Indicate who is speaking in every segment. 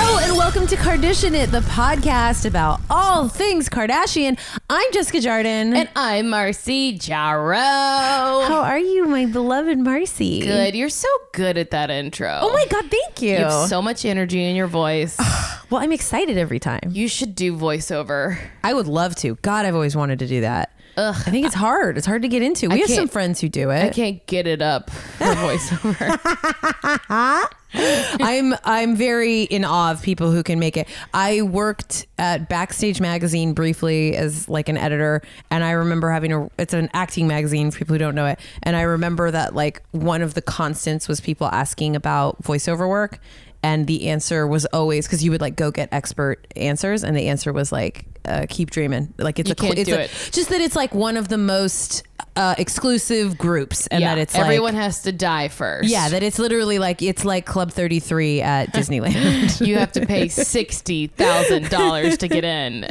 Speaker 1: Welcome to Kardashian It, the podcast about all things Kardashian. I'm Jessica Jardin.
Speaker 2: And I'm Marcy Jarrow.
Speaker 1: how are you, my beloved Marcy?
Speaker 2: Good. You're so good at that intro.
Speaker 1: Oh my God, thank you.
Speaker 2: You have so much energy in your voice.
Speaker 1: well, I'm excited every time.
Speaker 2: you should do voiceover.
Speaker 1: I would love to. God, I've always wanted to do that.
Speaker 2: Ugh.
Speaker 1: I think it's hard. It's hard to get into. We have
Speaker 2: can't-
Speaker 1: some friends who do
Speaker 2: I
Speaker 1: it.
Speaker 2: can't get it up for voiceover.
Speaker 1: I'm I'm very in awe of people who can make it. I worked at Backstage Magazine briefly as like an editor, and I remember having a. It's an acting magazine for people who don't know it, and I remember that like one of the constants was people asking about voiceover work, and the answer was always because you would like go get expert answers, and the answer was like uh, keep dreaming. Like it's a
Speaker 2: can't
Speaker 1: it's
Speaker 2: do
Speaker 1: a-
Speaker 2: it.
Speaker 1: just that it's like one of the most uh, exclusive groups, and
Speaker 2: yeah.
Speaker 1: that it's
Speaker 2: Everyone
Speaker 1: like.
Speaker 2: has to die first.
Speaker 1: Yeah, that it's literally like it's like Club 33 at Disneyland.
Speaker 2: you have to pay sixty thousand dollars to get in.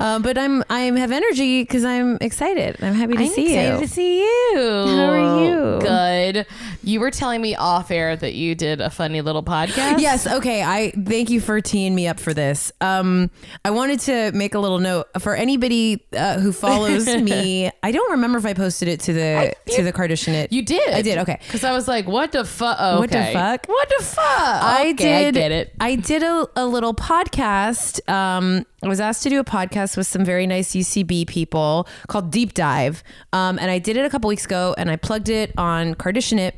Speaker 1: Um, but I'm I am have energy because I'm excited. I'm happy to
Speaker 2: I'm
Speaker 1: see
Speaker 2: excited
Speaker 1: you.
Speaker 2: to see you.
Speaker 1: How are you?
Speaker 2: Good. You were telling me off air that you did a funny little podcast.
Speaker 1: Yes. Okay. I thank you for teeing me up for this. Um, I wanted to make a little note for anybody uh, who follows me. I don't remember if I posted it to the to the Kardashian.
Speaker 2: You did.
Speaker 1: I did. Okay.
Speaker 2: Because I was like, what the fuck? Okay.
Speaker 1: What the fuck?
Speaker 2: What the fuck?
Speaker 1: I
Speaker 2: Okay,
Speaker 1: did.
Speaker 2: I get it.
Speaker 1: I did a, a little podcast. Um, I was asked to do a podcast with some very nice UCB people called Deep Dive, um, and I did it a couple weeks ago, and I plugged it on Kardashian It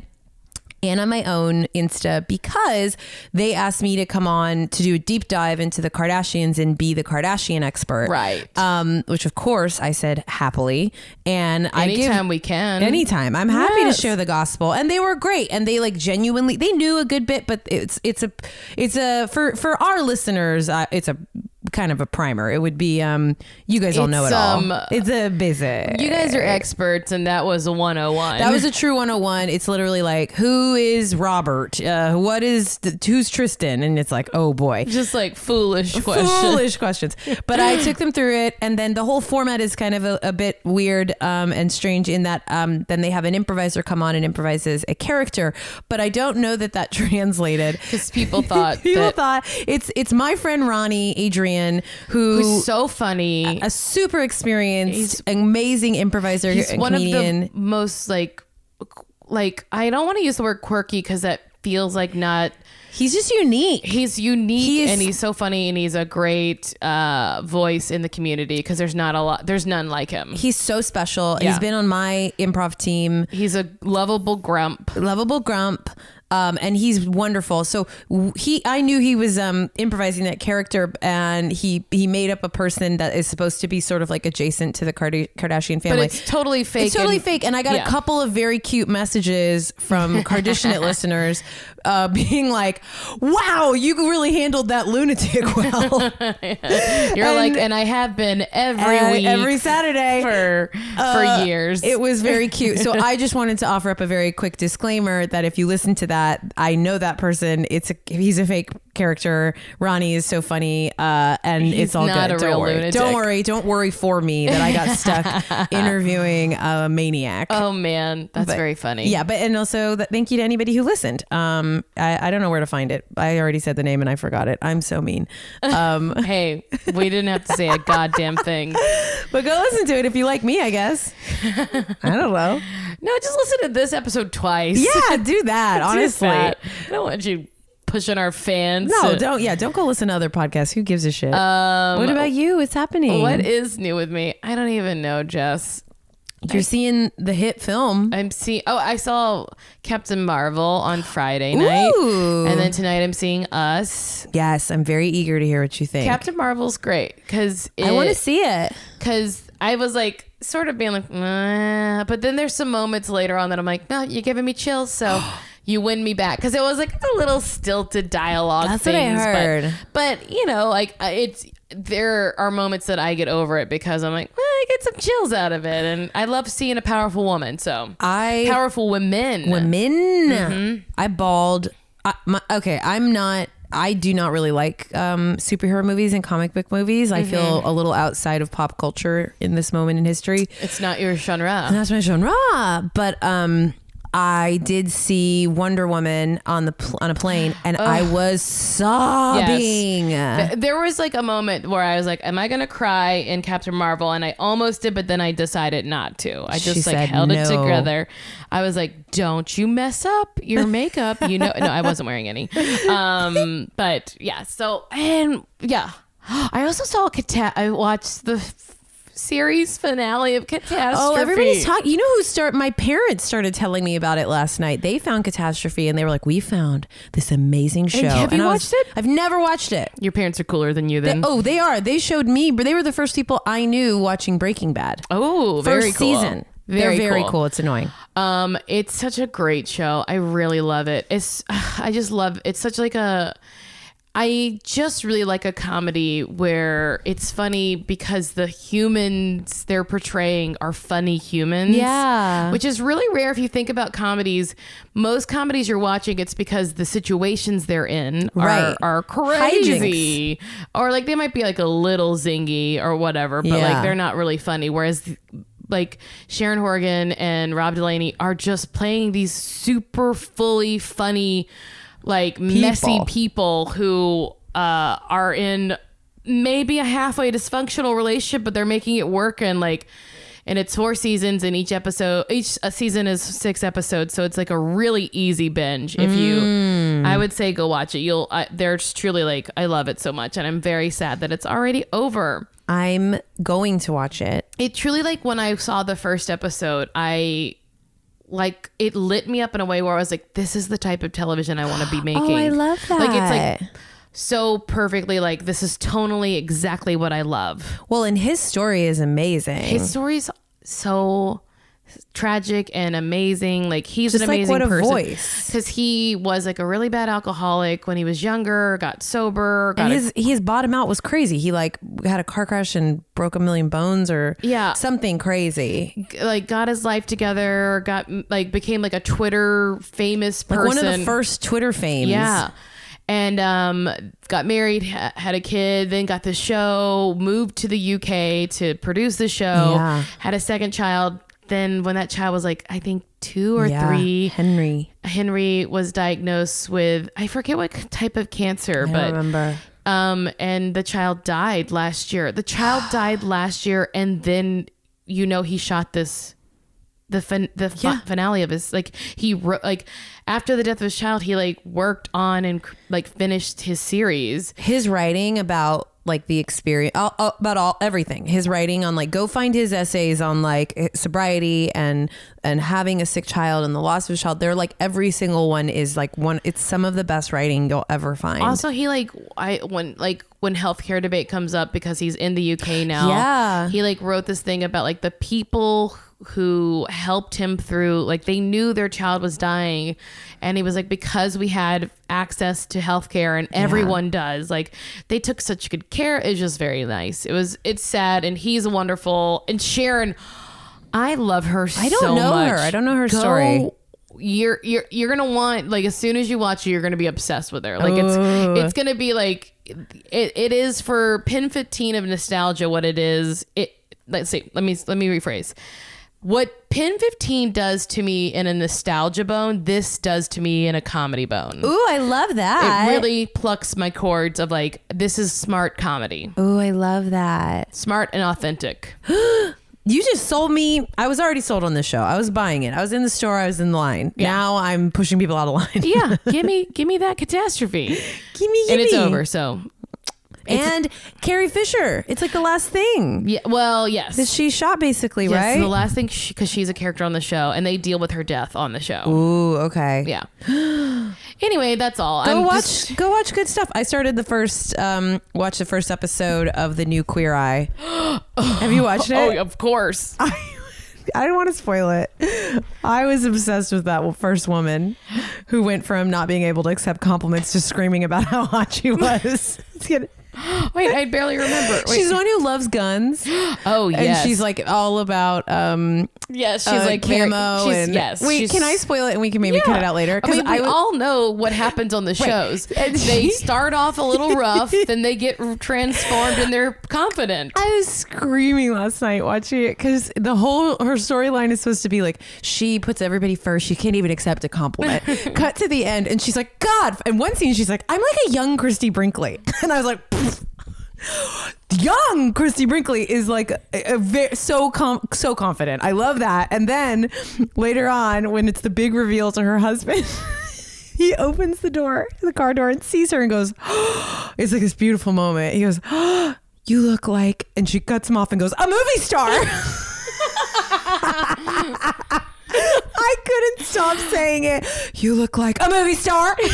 Speaker 1: and on my own Insta because they asked me to come on to do a deep dive into the Kardashians and be the Kardashian expert,
Speaker 2: Right.
Speaker 1: Um, which of course I said happily, and I give
Speaker 2: Anytime we can.
Speaker 1: anytime i'm happy
Speaker 2: Yes.
Speaker 1: to share the gospel and they were great and they like genuinely they knew a good bit but it's it's a it's a for for our listeners uh, it's a kind of a primer it would be um you guys all know it
Speaker 2: It's, um,
Speaker 1: all it's a busy
Speaker 2: You guys are experts, and that was a 101.
Speaker 1: that was a true 101 it's literally like who is robert uh, what is who's tristan and it's like oh boy
Speaker 2: just like foolish question.
Speaker 1: Foolish questions. But I took them through it, and then the whole format is kind of a, a bit weird um, and strange in that um, then they have an improviser come on and improvises a character. But I don't know that that translated.
Speaker 2: Because people thought
Speaker 1: People
Speaker 2: that
Speaker 1: thought it's it's my friend Ronnie Adrian who
Speaker 2: he's so funny.
Speaker 1: a super experienced,
Speaker 2: He's-
Speaker 1: amazing improviser
Speaker 2: He's
Speaker 1: and
Speaker 2: one
Speaker 1: comedian.
Speaker 2: of the most like, qu- like I don't want to use the word quirky because that feels like not.
Speaker 1: he's just unique.
Speaker 2: He's unique
Speaker 1: He is-
Speaker 2: and he's so funny and he's a great uh, voice in the community because there's not a lot. There's none like him.
Speaker 1: He's so special.
Speaker 2: Yeah.
Speaker 1: He's been on my improv team.
Speaker 2: He's a lovable grump.
Speaker 1: lovable grump um, and he's wonderful so w- he i knew he was um, improvising that character and he he made up a person that is supposed to be sort of like adjacent to the Karda- kardashian
Speaker 2: But
Speaker 1: family
Speaker 2: it's totally fake.
Speaker 1: it's totally
Speaker 2: and-
Speaker 1: fake. And I got
Speaker 2: Yeah.
Speaker 1: a couple of very cute messages from Kardashian listeners uh, being like, wow, you really handled that lunatic well
Speaker 2: You're
Speaker 1: And-
Speaker 2: like, and I have been every
Speaker 1: Uh,
Speaker 2: week,
Speaker 1: every Saturday.
Speaker 2: for
Speaker 1: Uh,
Speaker 2: for years.
Speaker 1: It was very cute. So I just wanted to offer up a very quick disclaimer that if you listen to that, I know that person. It's a he's a fake character. Ronnie is so funny, uh, and it's all
Speaker 2: not
Speaker 1: good.
Speaker 2: a
Speaker 1: don't
Speaker 2: real
Speaker 1: worry.
Speaker 2: lunatic.
Speaker 1: Don't worry. Don't worry for me that I got stuck interviewing a maniac.
Speaker 2: oh man, that's very funny.
Speaker 1: yeah, but and also that, thank you to anybody who listened. Um, I, I don't know where to find it. I already said the name and I forgot it. I'm so mean. Um,
Speaker 2: Hey, we didn't have to say a goddamn thing.
Speaker 1: but go listen to it if you like me. I guess. I don't know.
Speaker 2: No, just listen to this episode twice.
Speaker 1: Yeah, do that.
Speaker 2: Do
Speaker 1: honestly,
Speaker 2: that. I don't want you pushing our fans.
Speaker 1: No,
Speaker 2: to-
Speaker 1: don't. Yeah, don't go listen to other podcasts. Who gives a shit? what about you? It's happening.
Speaker 2: What is new with me? I don't even know, Jess.
Speaker 1: You're seeing the hit film.
Speaker 2: I'm seeing. Oh, I saw Captain Marvel on Friday night,
Speaker 1: Ooh.
Speaker 2: and then tonight I'm seeing Us.
Speaker 1: yes, I'm very eager to hear what you think.
Speaker 2: Captain Marvel's great because
Speaker 1: I want to see it.
Speaker 2: because I was like sort of being like, "Nah," but then there's some moments later on that I'm like, no, you're giving me chills, so you win me back because it was like a little stilted dialogue.
Speaker 1: That's what I
Speaker 2: things, but-
Speaker 1: heard.
Speaker 2: But, you know, like I- it's there are moments that I get over it because I'm like, "Eh, I get some chills out of it, and I love seeing a powerful woman. So
Speaker 1: I
Speaker 2: powerful women.
Speaker 1: women. I bawled. I, my, okay, I'm not. I do not really like um, superhero movies and comic book movies. I feel a little outside of pop culture in this moment in history.
Speaker 2: It's not your genre.
Speaker 1: That's my genre. But um, I did see Wonder Woman on the pl- on a plane, and I was sobbing.
Speaker 2: Th- There was like a moment where I was like, "Am I gonna cry in Captain Marvel?" And I almost did, but then I decided not to. I
Speaker 1: She
Speaker 2: just like
Speaker 1: said
Speaker 2: held it
Speaker 1: no.
Speaker 2: together. I was like, "Don't you mess up your makeup?" You know, no, I wasn't wearing any. Um, but yeah, so and yeah, I also saw Cata- I watched the f- series finale of Catastrophe.
Speaker 1: Oh, everybody's talking. You know who start? My parents started telling me about it last night. They found Catastrophe, and they were like, "We found this amazing show."
Speaker 2: have
Speaker 1: And
Speaker 2: you
Speaker 1: I
Speaker 2: watched it? Mm.
Speaker 1: I've never watched it.
Speaker 2: Your parents are cooler than you. Then
Speaker 1: Oh, they are. They showed me, but they were the first people I knew watching Breaking Bad.
Speaker 2: oh, very
Speaker 1: first
Speaker 2: cool.
Speaker 1: season. They're very cool. It's annoying.
Speaker 2: Um, it's such a great show. I really love it. It's I just love it's such like a I just really like a comedy where it's funny because the humans they're portraying are funny humans.
Speaker 1: Yeah.
Speaker 2: Which is really rare if you think about comedies. Most comedies you're watching, it's because the situations they're in are,
Speaker 1: Right.
Speaker 2: are crazy. Or like they might be like a little zingy or whatever, but
Speaker 1: Yeah.
Speaker 2: like they're not really funny. Whereas like Sharon Horgan and Rob Delaney are just playing these super fully funny, like messy people who uh, are in maybe a halfway dysfunctional relationship, but they're making it work and like. And it's four seasons, and each episode, each uh, season is six episodes, so it's like a really easy binge. If you, I would say, go watch it. You'll, I, they're just truly like, I love it so much, and I'm very sad that it's already over
Speaker 1: I'm going to watch it.
Speaker 2: it truly like when I saw the first episode, I like it lit me up in a way where I was like, this is the type of television I want
Speaker 1: Oh,
Speaker 2: to be making. Like it's like so perfectly like this is tonally exactly what I love.
Speaker 1: well, and his story is amazing.
Speaker 2: His story's so tragic and amazing. Like he's
Speaker 1: Just
Speaker 2: an
Speaker 1: like
Speaker 2: amazing
Speaker 1: what a
Speaker 2: person.
Speaker 1: voice.
Speaker 2: Because he was like a really bad alcoholic when he was younger, got sober, got
Speaker 1: and
Speaker 2: a
Speaker 1: his his bottom out was crazy. He like had a car crash and broke a million bones or
Speaker 2: Yeah.
Speaker 1: something crazy.
Speaker 2: like got his life together, got like became like a Twitter famous person.
Speaker 1: One of the first Twitter fames.
Speaker 2: Yeah. And um, got married, ha- had a kid, then got the show, moved to the UK to produce the show,
Speaker 1: Yeah.
Speaker 2: had a second child. Then, when that child was like, I think two or
Speaker 1: Yeah.
Speaker 2: three,
Speaker 1: Henry.
Speaker 2: Henry was diagnosed with, I forget what type of cancer,
Speaker 1: I
Speaker 2: but
Speaker 1: remember.
Speaker 2: um, and the child died last year. The child died last year, and then you know he shot this, the fin- the fi- finale of his like he wrote like after the death of his child he like worked on and cr- like finished his series.
Speaker 1: his writing about like the experience all, all- about all everything his writing on like go find his essays on like sobriety and and having a sick child and the loss of a child they're like every single one is like one it's some of the best writing you'll ever find
Speaker 2: Also, he like I when like when healthcare debate comes up because he's in the UK now.
Speaker 1: Yeah.
Speaker 2: he like wrote this thing about like the people who helped him through like they knew their child was dying and he was like because we had access to healthcare and everyone does like they took such good care it was just very nice it was it's sad and he's wonderful and Sharon I love her
Speaker 1: I don't
Speaker 2: so
Speaker 1: know
Speaker 2: much.
Speaker 1: her. I don't know her
Speaker 2: Go-
Speaker 1: story.
Speaker 2: You're you're you're gonna want like as soon as you watch it, you're gonna be obsessed with her. Like it's it's gonna be like it, it is for pin fifteen of nostalgia. What it is, it let's see. Let me let me rephrase. What pin fifteen does to me in a nostalgia bone, this does to me in a comedy bone.
Speaker 1: ooh i love that
Speaker 2: It really plucks my chords of like this is smart comedy,
Speaker 1: ooh i love that
Speaker 2: smart and authentic.
Speaker 1: you just sold me i was already sold on this show i was buying it i was in the store i was in line now i'm pushing people out of line
Speaker 2: Yeah, give me give me that catastrophe.
Speaker 1: gimme, gimme.
Speaker 2: and it's over. So
Speaker 1: and carrie fisher it's like the last thing
Speaker 2: yeah, well, yes,
Speaker 1: that she shot basically
Speaker 2: yes.
Speaker 1: right
Speaker 2: The last thing because she's a character on the show, and they deal with her death on the show.
Speaker 1: ooh okay
Speaker 2: Yeah. anyway, that's all.
Speaker 1: go
Speaker 2: I'm
Speaker 1: watch
Speaker 2: just-
Speaker 1: go watch good stuff i started the first um watch the first episode of the new queer eye have you watched it
Speaker 2: oh, of course.
Speaker 1: i don't want to spoil it i was obsessed with that first woman who went from not being able to accept compliments to screaming about how hot she was It's good.
Speaker 2: Wait, I barely remember. Wait.
Speaker 1: She's the one who loves guns,
Speaker 2: oh
Speaker 1: and
Speaker 2: yes,
Speaker 1: she's like all about um,
Speaker 2: yes, she's
Speaker 1: uh,
Speaker 2: like very-
Speaker 1: camo.
Speaker 2: she's-
Speaker 1: and,
Speaker 2: yes,
Speaker 1: wait,
Speaker 2: she's-
Speaker 1: can I spoil it and we can maybe cut it out later?
Speaker 2: I mean, we
Speaker 1: would-
Speaker 2: all know what happens on the shows.
Speaker 1: And
Speaker 2: they
Speaker 1: she-
Speaker 2: start off a little rough, then they get transformed and they're confident.
Speaker 1: I was screaming last night watching it because the whole her storyline is supposed to be like she puts everybody first. She can't even accept a compliment. Cut to the end, and she's like, "God!" And one scene, she's like, "I'm like a young Christy Brinkley," and I was like. "Pfft." Young Christy Brinkley is like a, a ve- so com- so confident. I love that. And then later on, when it's the big reveal to her husband, he opens the door, the car door, and sees her and goes, It's like this beautiful moment. He goes, You look like, and she cuts him off and goes, A movie star. I couldn't stop saying it. You look like a movie star.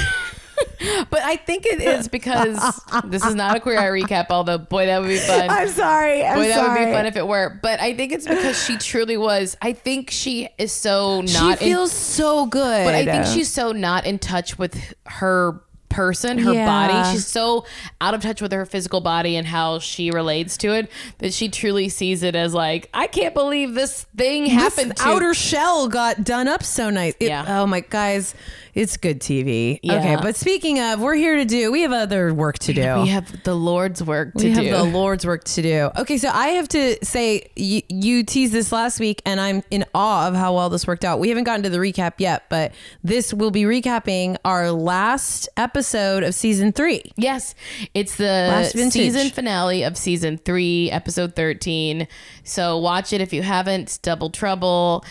Speaker 2: But I think it is because this is not a queer eye recap, although boy, that would be fun.
Speaker 1: I'm sorry. I'm
Speaker 2: boy, that
Speaker 1: sorry.
Speaker 2: would be fun if it were. But I think it's because she truly was. I think she is so
Speaker 1: she
Speaker 2: not. in,
Speaker 1: feels so good.
Speaker 2: but I think she's so not in touch with her person, her
Speaker 1: Yeah.
Speaker 2: body. She's so out of touch with her physical body and how she relates to it that she truly sees it as like, I can't believe this thing happened
Speaker 1: this
Speaker 2: to
Speaker 1: outer shell got done up so nice. It-
Speaker 2: Yeah.
Speaker 1: Oh my guys, it's good TV.
Speaker 2: Yeah.
Speaker 1: Okay, but speaking of, we're here to do. We have other work to do.
Speaker 2: We have the Lord's work to
Speaker 1: We have
Speaker 2: do.
Speaker 1: the Lord's work to do. Okay, so I have to say you, you teased this last week, and I'm in awe of how well this worked out. We haven't gotten to the recap yet, but this will be recapping our last episode of season three.
Speaker 2: Yes, it's the
Speaker 1: Last vintage.
Speaker 2: season finale of season three, episode 13. So watch it if you haven't. It's Double Trouble.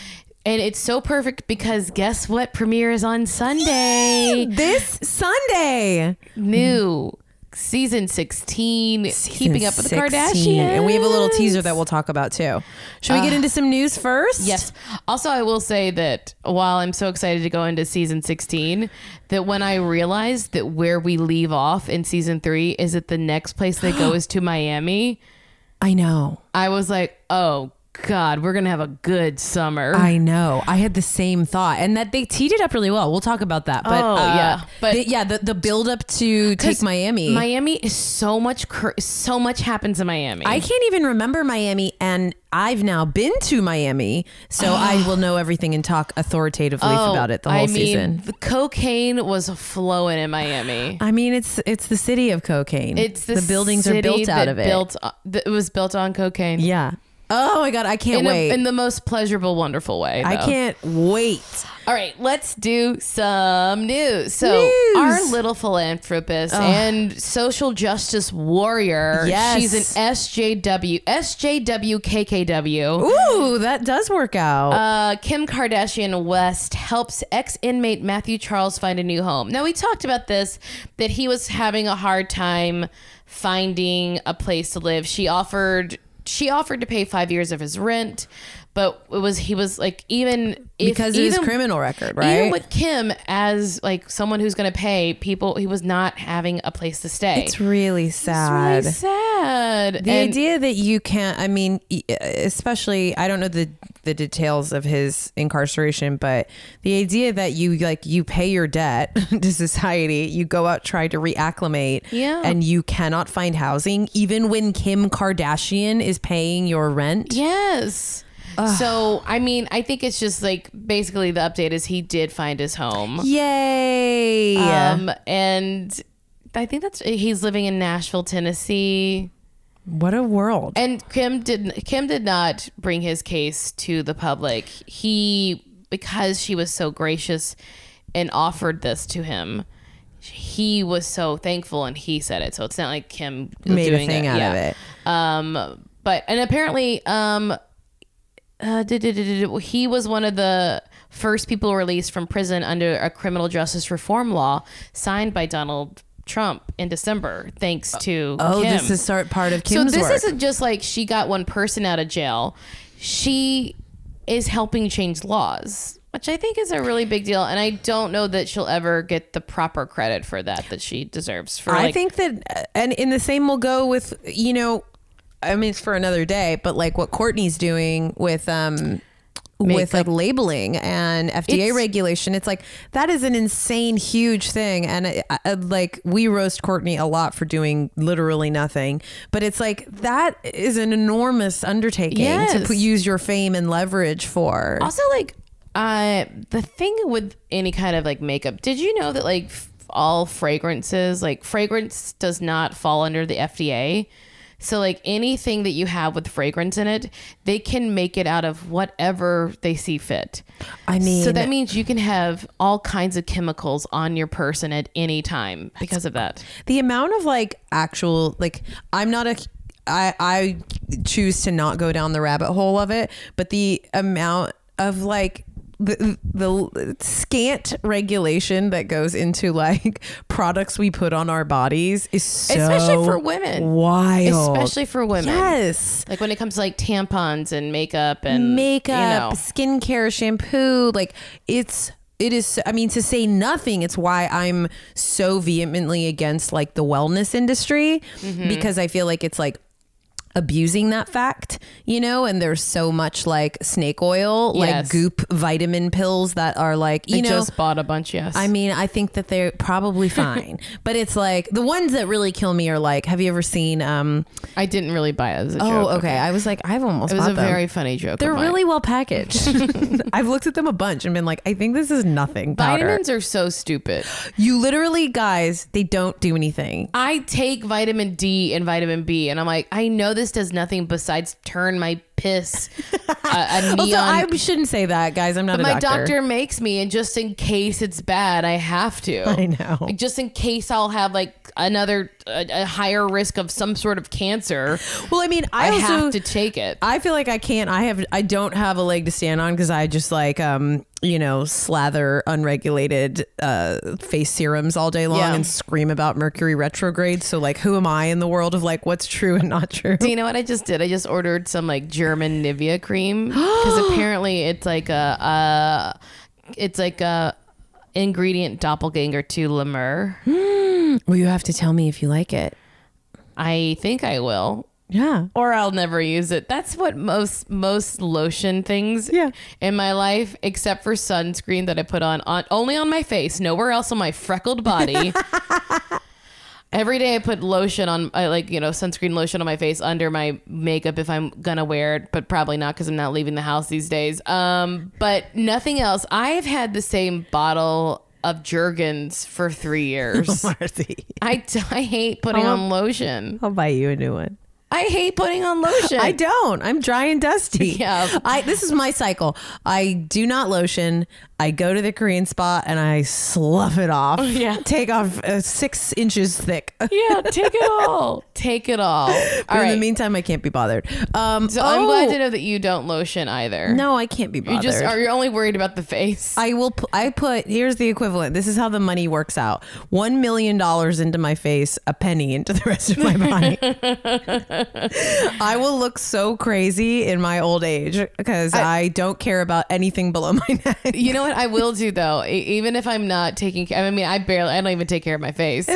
Speaker 2: And it's so perfect because guess what? Premiere is on Sunday.
Speaker 1: This Sunday,
Speaker 2: New season 16, Keeping Up with the
Speaker 1: 16,
Speaker 2: Kardashians. Uh,
Speaker 1: and we have a little teaser that we'll talk about too. Should we get into some news first?
Speaker 2: Yes. Also, I will say that while I'm so excited to go into season 16, that when I realized that where we leave off in season three is that the next place they go is to Miami.
Speaker 1: I know.
Speaker 2: I was like, oh God, we're gonna have a good summer.
Speaker 1: I know. I had the same thought, and that they teed it up really well. We'll talk about that. But
Speaker 2: Oh,
Speaker 1: uh,
Speaker 2: yeah. But-
Speaker 1: the, yeah, the, the build up to take
Speaker 2: 'Cause
Speaker 1: Miami.
Speaker 2: Miami is so much. Cr- so much happens in Miami.
Speaker 1: I can't even remember Miami, and I've now been to Miami, so I will know everything and talk authoritatively
Speaker 2: Oh,
Speaker 1: about it the whole
Speaker 2: I mean,
Speaker 1: season.
Speaker 2: The cocaine was flowing in Miami.
Speaker 1: I mean, it's it's the city of cocaine.
Speaker 2: It's the,
Speaker 1: buildings are
Speaker 2: city
Speaker 1: built out
Speaker 2: that
Speaker 1: of it.
Speaker 2: Built. o- that it was built on cocaine.
Speaker 1: yeah. Oh my god, I can't
Speaker 2: In, a,
Speaker 1: wait.
Speaker 2: in the most pleasurable, wonderful way.
Speaker 1: I
Speaker 2: though.
Speaker 1: can't wait.
Speaker 2: All right, let's do some news. So,
Speaker 1: News.
Speaker 2: our little philanthropist and social justice warrior,
Speaker 1: Yes.
Speaker 2: she's an SJW, SJWKKW.
Speaker 1: Ooh, that does work out.
Speaker 2: Uh, Kim Kardashian West helps ex inmate Matthew Charles find a new home. Now, we talked about this that he was having a hard time finding a place to live. She offered. She offered to pay five years of his rent, but it was he was like even if,
Speaker 1: because of his
Speaker 2: even-
Speaker 1: criminal record, right?
Speaker 2: even with Kim as like someone who's going to pay people, he was not having a place to stay.
Speaker 1: it's really sad.
Speaker 2: really sad.
Speaker 1: The
Speaker 2: and
Speaker 1: idea that you can't, I mean, e- especially, I don't know the, the details of his incarceration, but the idea that you like, you pay your debt to society, you go out, try to reacclimate,
Speaker 2: Yeah.
Speaker 1: and you cannot find housing, even when Kim Kardashian is paying your rent.
Speaker 2: yes. So I mean, I think it's just like basically the update is he did find his home.
Speaker 1: Yay.
Speaker 2: Um, and I think that's he's living in Nashville, Tennessee.
Speaker 1: Um, what a world.
Speaker 2: And Kim did Kim did not bring his case to the public. He because she was so gracious and offered this to him. He was so thankful and he said it. So it's not like Kim
Speaker 1: Made a
Speaker 2: doing
Speaker 1: thing
Speaker 2: it.
Speaker 1: out
Speaker 2: Yeah.
Speaker 1: of it.
Speaker 2: Um, but and apparently, um, uh, duh, duh, duh, duh, duh, he was one of the first people released from prison under a criminal justice reform law signed by Donald Trump in December, thanks to
Speaker 1: Oh,
Speaker 2: Kim.
Speaker 1: this is start, part of Kim's
Speaker 2: So this
Speaker 1: work.
Speaker 2: isn't just like she got one person out of jail. She is helping change laws, which I think is a really big deal. And I don't know that she'll ever get the proper credit for that that she deserves. For
Speaker 1: I
Speaker 2: like,
Speaker 1: think that, uh, and in the same will go with you know, I mean it's for another day, but like what Courtney's doing with um,
Speaker 2: Make,
Speaker 1: with like, labeling and FDA
Speaker 2: It's-
Speaker 1: regulation. It's like that is an insane, huge thing. And I, I, like we roast Courtney a lot for doing literally nothing, but it's like that is an enormous undertaking to
Speaker 2: Yes.
Speaker 1: put, use your fame and leverage for.
Speaker 2: Also, like, uh, the thing with any kind of like makeup, did you know that like f- all fragrances, like fragrance does not fall under the FDA? So, like anything that you have with fragrance in it, they can make it out of whatever they see fit.
Speaker 1: I mean,
Speaker 2: so that means you can have all kinds of chemicals on your person at any time because of that.
Speaker 1: the amount of like actual like i'm not a i i choose to not go down the rabbit hole of it but the amount of like the, the scant regulation that goes into like products we put on our bodies is so
Speaker 2: Especially for women.
Speaker 1: wild
Speaker 2: Especially for women.
Speaker 1: yes
Speaker 2: Like when it comes to like tampons and makeup and
Speaker 1: makeup,
Speaker 2: you know.
Speaker 1: skincare, shampoo. Like it's it is. I mean, to say nothing, it's why I'm so vehemently against like the wellness industry
Speaker 2: Mm-hmm.
Speaker 1: because I feel like it's like abusing that fact, you know. And there's so much like snake oil, like
Speaker 2: Yes.
Speaker 1: goop vitamin pills that are like you
Speaker 2: I
Speaker 1: know.
Speaker 2: just bought a bunch, yes.
Speaker 1: I mean, I think that they're probably fine, but it's like the ones that really kill me are like, have you ever seen? um
Speaker 2: I didn't really buy it as a joke.
Speaker 1: Oh, okay. I was like, I've almost.
Speaker 2: It was
Speaker 1: bought
Speaker 2: a
Speaker 1: them.
Speaker 2: very funny joke.
Speaker 1: They're
Speaker 2: of mine.
Speaker 1: really well packaged. I've looked at them a bunch and been like, I think this is nothing powder.
Speaker 2: vitamins are so stupid.
Speaker 1: You literally, guys, they don't do anything.
Speaker 2: I take vitamin D and vitamin B, and I'm like, I know this does nothing besides turn my piss a, a
Speaker 1: Also,
Speaker 2: neon.
Speaker 1: I shouldn't say that, guys. I'm not a
Speaker 2: my
Speaker 1: doctor.
Speaker 2: doctor makes me, and just in case it's bad, I have to.
Speaker 1: I know.
Speaker 2: Like, just in case I'll have like another a, a higher risk of some sort of cancer,
Speaker 1: Well, I mean, I,
Speaker 2: I
Speaker 1: also
Speaker 2: have to take it.
Speaker 1: I feel like I can't. I have. I don't have a leg to stand on because I just like, um, you know, slather unregulated uh, face serums all day long
Speaker 2: Yeah.
Speaker 1: and scream about Mercury retrograde. So, like, who am I in the world of like what's true and not true?
Speaker 2: Do you know what I just did? I just ordered some like German Nivea cream because apparently it's like a, uh it's like a ingredient doppelganger to La Mer.
Speaker 1: Well, you have to tell me if you like it.
Speaker 2: I think I will.
Speaker 1: Yeah.
Speaker 2: Or I'll never use it. That's what most most lotion things
Speaker 1: Yeah.
Speaker 2: in my life, except for sunscreen that I put on, on only on my face, nowhere else on my freckled body. Every day I put lotion on, I like you know sunscreen lotion on my face under my makeup if I'm gonna wear it, but probably not because I'm not leaving the house these days. Um, but nothing else. I've had the same bottle of Jergens for three
Speaker 1: Oh
Speaker 2: years.
Speaker 1: Marcy.
Speaker 2: I, I hate putting
Speaker 1: Oh.
Speaker 2: on lotion.
Speaker 1: I'll buy you a new one.
Speaker 2: I hate putting on lotion.
Speaker 1: I don't. I'm dry and dusty.
Speaker 2: Uh, Yeah.
Speaker 1: I this is my cycle. I do not lotion. I go to the Korean spa and I slough it off.
Speaker 2: Yeah.
Speaker 1: Take off uh, six inches thick.
Speaker 2: yeah, take it all. Take it all.
Speaker 1: But
Speaker 2: All
Speaker 1: in
Speaker 2: right.
Speaker 1: the meantime, I can't be bothered. Um,
Speaker 2: so I'm glad to know that you don't lotion either.
Speaker 1: no, I can't be
Speaker 2: you
Speaker 1: bothered.
Speaker 2: just are. You're only worried about the face.
Speaker 1: I will. Pu- I put here's the equivalent. This is how the money works out. One million dollars into my face, a penny into the rest of my body. I will look so crazy in my old age because I, don't care about anything below my neck.
Speaker 2: you know what I will do though, e- even if I'm not taking care. I mean, I barely. I don't even take care of my face.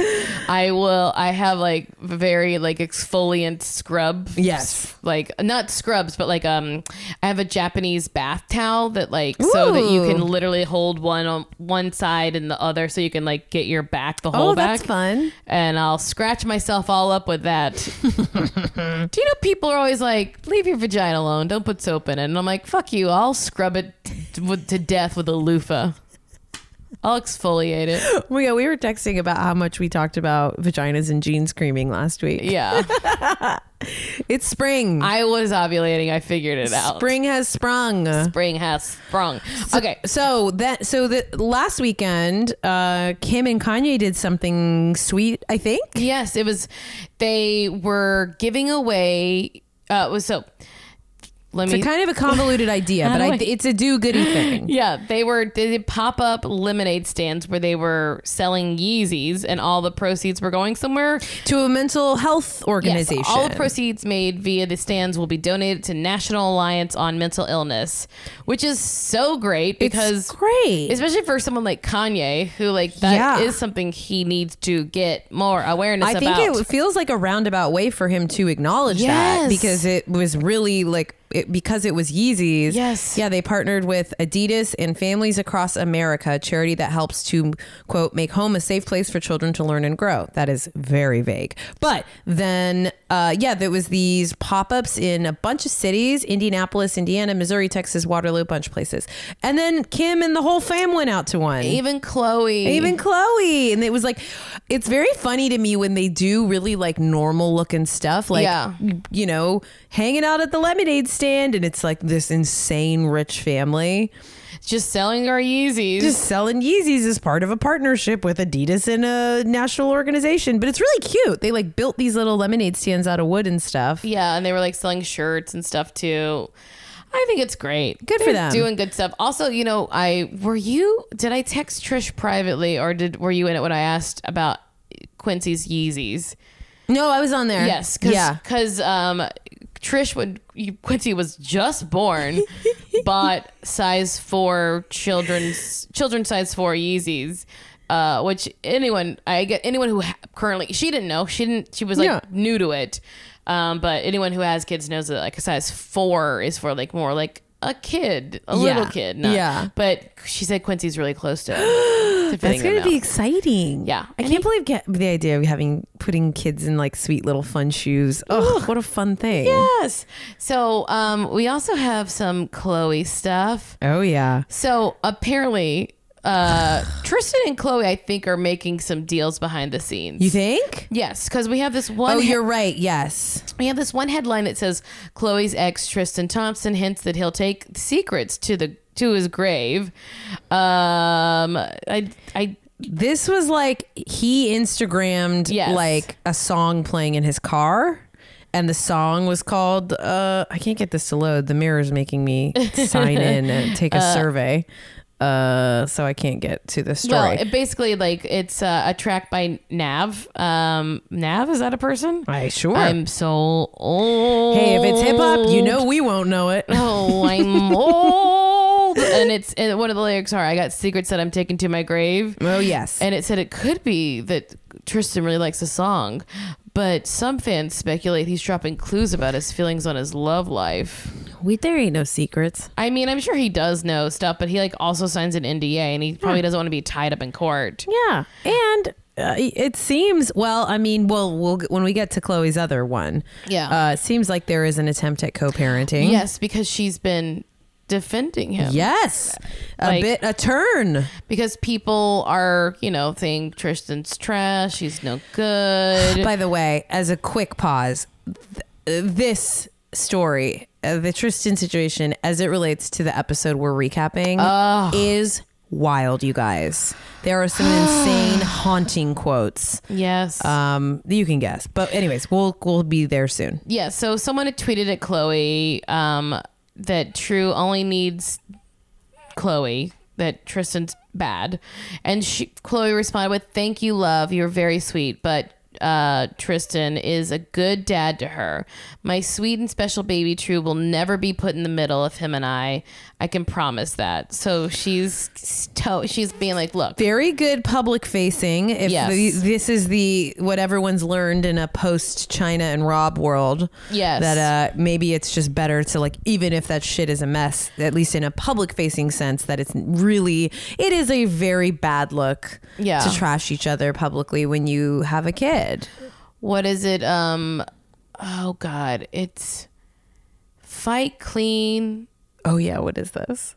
Speaker 2: I will. I have like very like exfoliant scrub.
Speaker 1: Yes.
Speaker 2: Like not scrubs, but like um, I have a Japanese bath towel that like so that you can
Speaker 1: Ooh.
Speaker 2: literally hold one on one side and the other, so you can like get your back the whole
Speaker 1: Oh,
Speaker 2: back.
Speaker 1: that's fun.
Speaker 2: and I'll scratch myself all up with that. Do you know people are always like, leave your vagina alone, don't put soap in it. And I'm like, fuck you, I'll scrub it t- with- to death with a loofah. I'll exfoliate it.
Speaker 1: We we were texting about how much we talked about vaginas and jeans creaming last week.
Speaker 2: Yeah.
Speaker 1: It's spring.
Speaker 2: I was ovulating, I figured it out.
Speaker 1: spring has sprung.
Speaker 2: Spring has sprung. okay.
Speaker 1: So that so the last weekend, uh, Kim and Kanye did something sweet. I think.
Speaker 2: Yes, it was. They were giving away. Uh, it was so. Let me
Speaker 1: It's a kind of a convoluted idea, but I,
Speaker 2: do I-
Speaker 1: it's a do goody thing.
Speaker 2: Yeah, they were they did pop up lemonade stands where they were selling Yeezys, and all the proceeds were going somewhere.
Speaker 1: to a mental health
Speaker 2: Yes,
Speaker 1: organization.
Speaker 2: all the proceeds made via the stands will be donated to National Alliance on Mental Illness, which is so great because
Speaker 1: it's great.
Speaker 2: especially for someone like Kanye, who like that is
Speaker 1: Yeah.
Speaker 2: something he needs to get more awareness
Speaker 1: I think
Speaker 2: about.
Speaker 1: it feels like a roundabout way for him to acknowledge that
Speaker 2: Yes.
Speaker 1: because it was really like it, because it was Yeezys.
Speaker 2: Yes.
Speaker 1: Yeah, they partnered with Adidas and Families Across America, a charity that helps to quote make home a safe place for children to learn and grow. That is very vague. But then, uh, yeah, there was these pop ups in a bunch of cities: Indianapolis, Indiana, Missouri, Texas, Waterloo, bunch of places. And then Kim and the whole fam went out to one.
Speaker 2: Even Chloe.
Speaker 1: Even Chloe. And it was like, it's very funny to me when they do really like normal looking stuff, like,
Speaker 2: Yeah.
Speaker 1: you know, hanging out at the lemonade stand. And it's like this insane rich family
Speaker 2: just selling our Yeezys.
Speaker 1: just selling Yeezys as part of a partnership with Adidas and a national organization. But it's really cute. They like built these little lemonade stands out of wood and stuff.
Speaker 2: yeah, and they were like selling shirts and stuff too. I think it's great.
Speaker 1: Good for
Speaker 2: They're
Speaker 1: them.
Speaker 2: Doing good stuff. Also, you know, I were you did I text Trish privately or did were you in it when I asked about Quincy's Yeezys?
Speaker 1: No, I was on there.
Speaker 2: Yes, cause,
Speaker 1: Yeah.
Speaker 2: 'cause, um, Trish when Quincy was just born, bought size four children's children's size four Yeezys. Uh, which anyone I get anyone who ha- currently she didn't know she didn't she was like
Speaker 1: Yeah.
Speaker 2: new to it, um, but anyone who has kids knows that like a size four is for like more like a kid a little
Speaker 1: Yeah.
Speaker 2: kid not-
Speaker 1: Yeah.
Speaker 2: but she said Quincy's really close to, to
Speaker 1: That's
Speaker 2: fitting them
Speaker 1: going to
Speaker 2: now.
Speaker 1: be exciting.
Speaker 2: Yeah.
Speaker 1: I
Speaker 2: And
Speaker 1: can't believe get, the idea of having putting kids in like sweet little fun shoes. Ugh, what a fun thing.
Speaker 2: Yes. So um, we also have some Chloe stuff.
Speaker 1: Oh, yeah.
Speaker 2: So apparently, uh, Tristan and Chloe, I think, are making some deals behind the scenes.
Speaker 1: You think?
Speaker 2: yes, because we have this one.
Speaker 1: Oh,
Speaker 2: he-
Speaker 1: you're right. Yes.
Speaker 2: we have this one headline that says Chloe's ex Tristan Thompson hints that he'll take secrets to the to his grave. Um, I I
Speaker 1: This was like he Instagrammed
Speaker 2: Yes.
Speaker 1: like a song playing in his car. And the song was called, uh, I can't get this to load. The mirror's making me sign in and take a survey. Uh, so I can't get to the story.
Speaker 2: well, it basically like it's uh, a track by Nav. Um, Nav is that a person?
Speaker 1: I sure.
Speaker 2: I'm so old.
Speaker 1: hey, if it's hip hop, you know we won't know it.
Speaker 2: Oh, I'm old. And it's and one of the lyrics are I got secrets that I'm taking to my grave.
Speaker 1: Oh, yes.
Speaker 2: And it said it could be that Tristan really likes the song, but some fans speculate he's dropping clues about his feelings on his love life.
Speaker 1: we, there ain't no secrets.
Speaker 2: I mean, I'm sure he does know stuff, but he like also signs an NDA and he probably doesn't want to be tied up in court.
Speaker 1: Yeah, and uh, it seems well. I mean, well, we'll when we get to Chloe's other one,
Speaker 2: Yeah.
Speaker 1: uh, it seems like there is an attempt at co-parenting.
Speaker 2: Yes, because she's been defending him.
Speaker 1: Yes, a
Speaker 2: Like-
Speaker 1: bit a turn.
Speaker 2: Because people are, you know, think Tristan's trash, he's no good.
Speaker 1: By the way, as a quick pause, th- uh, this story, uh, the Tristan situation, as it relates to the episode we're recapping, is wild. You guys, there are some insane, haunting quotes.
Speaker 2: yes.
Speaker 1: Um, you can guess, but anyways, we'll we'll be there soon.
Speaker 2: yeah so someone had tweeted at chloe um, that true only needs chloe that tristan's bad and she, chloe responded with thank you love you're very sweet but uh, Tristan is a good dad to her. My sweet and special baby True will never be put in the middle of him and I. I can promise that. So she's sto- she's being like, look,
Speaker 1: very good public facing. If
Speaker 2: Yes.
Speaker 1: the, this is the what everyone's learned in a post China and Rob world,
Speaker 2: Yes.
Speaker 1: that uh, maybe it's just better to like even if that shit is a mess, at least in a public facing sense, that it's really it is a very bad look
Speaker 2: Yeah.
Speaker 1: to trash each other publicly when you have a kid.
Speaker 2: what is it um oh god it's fight clean
Speaker 1: Oh yeah, what is this?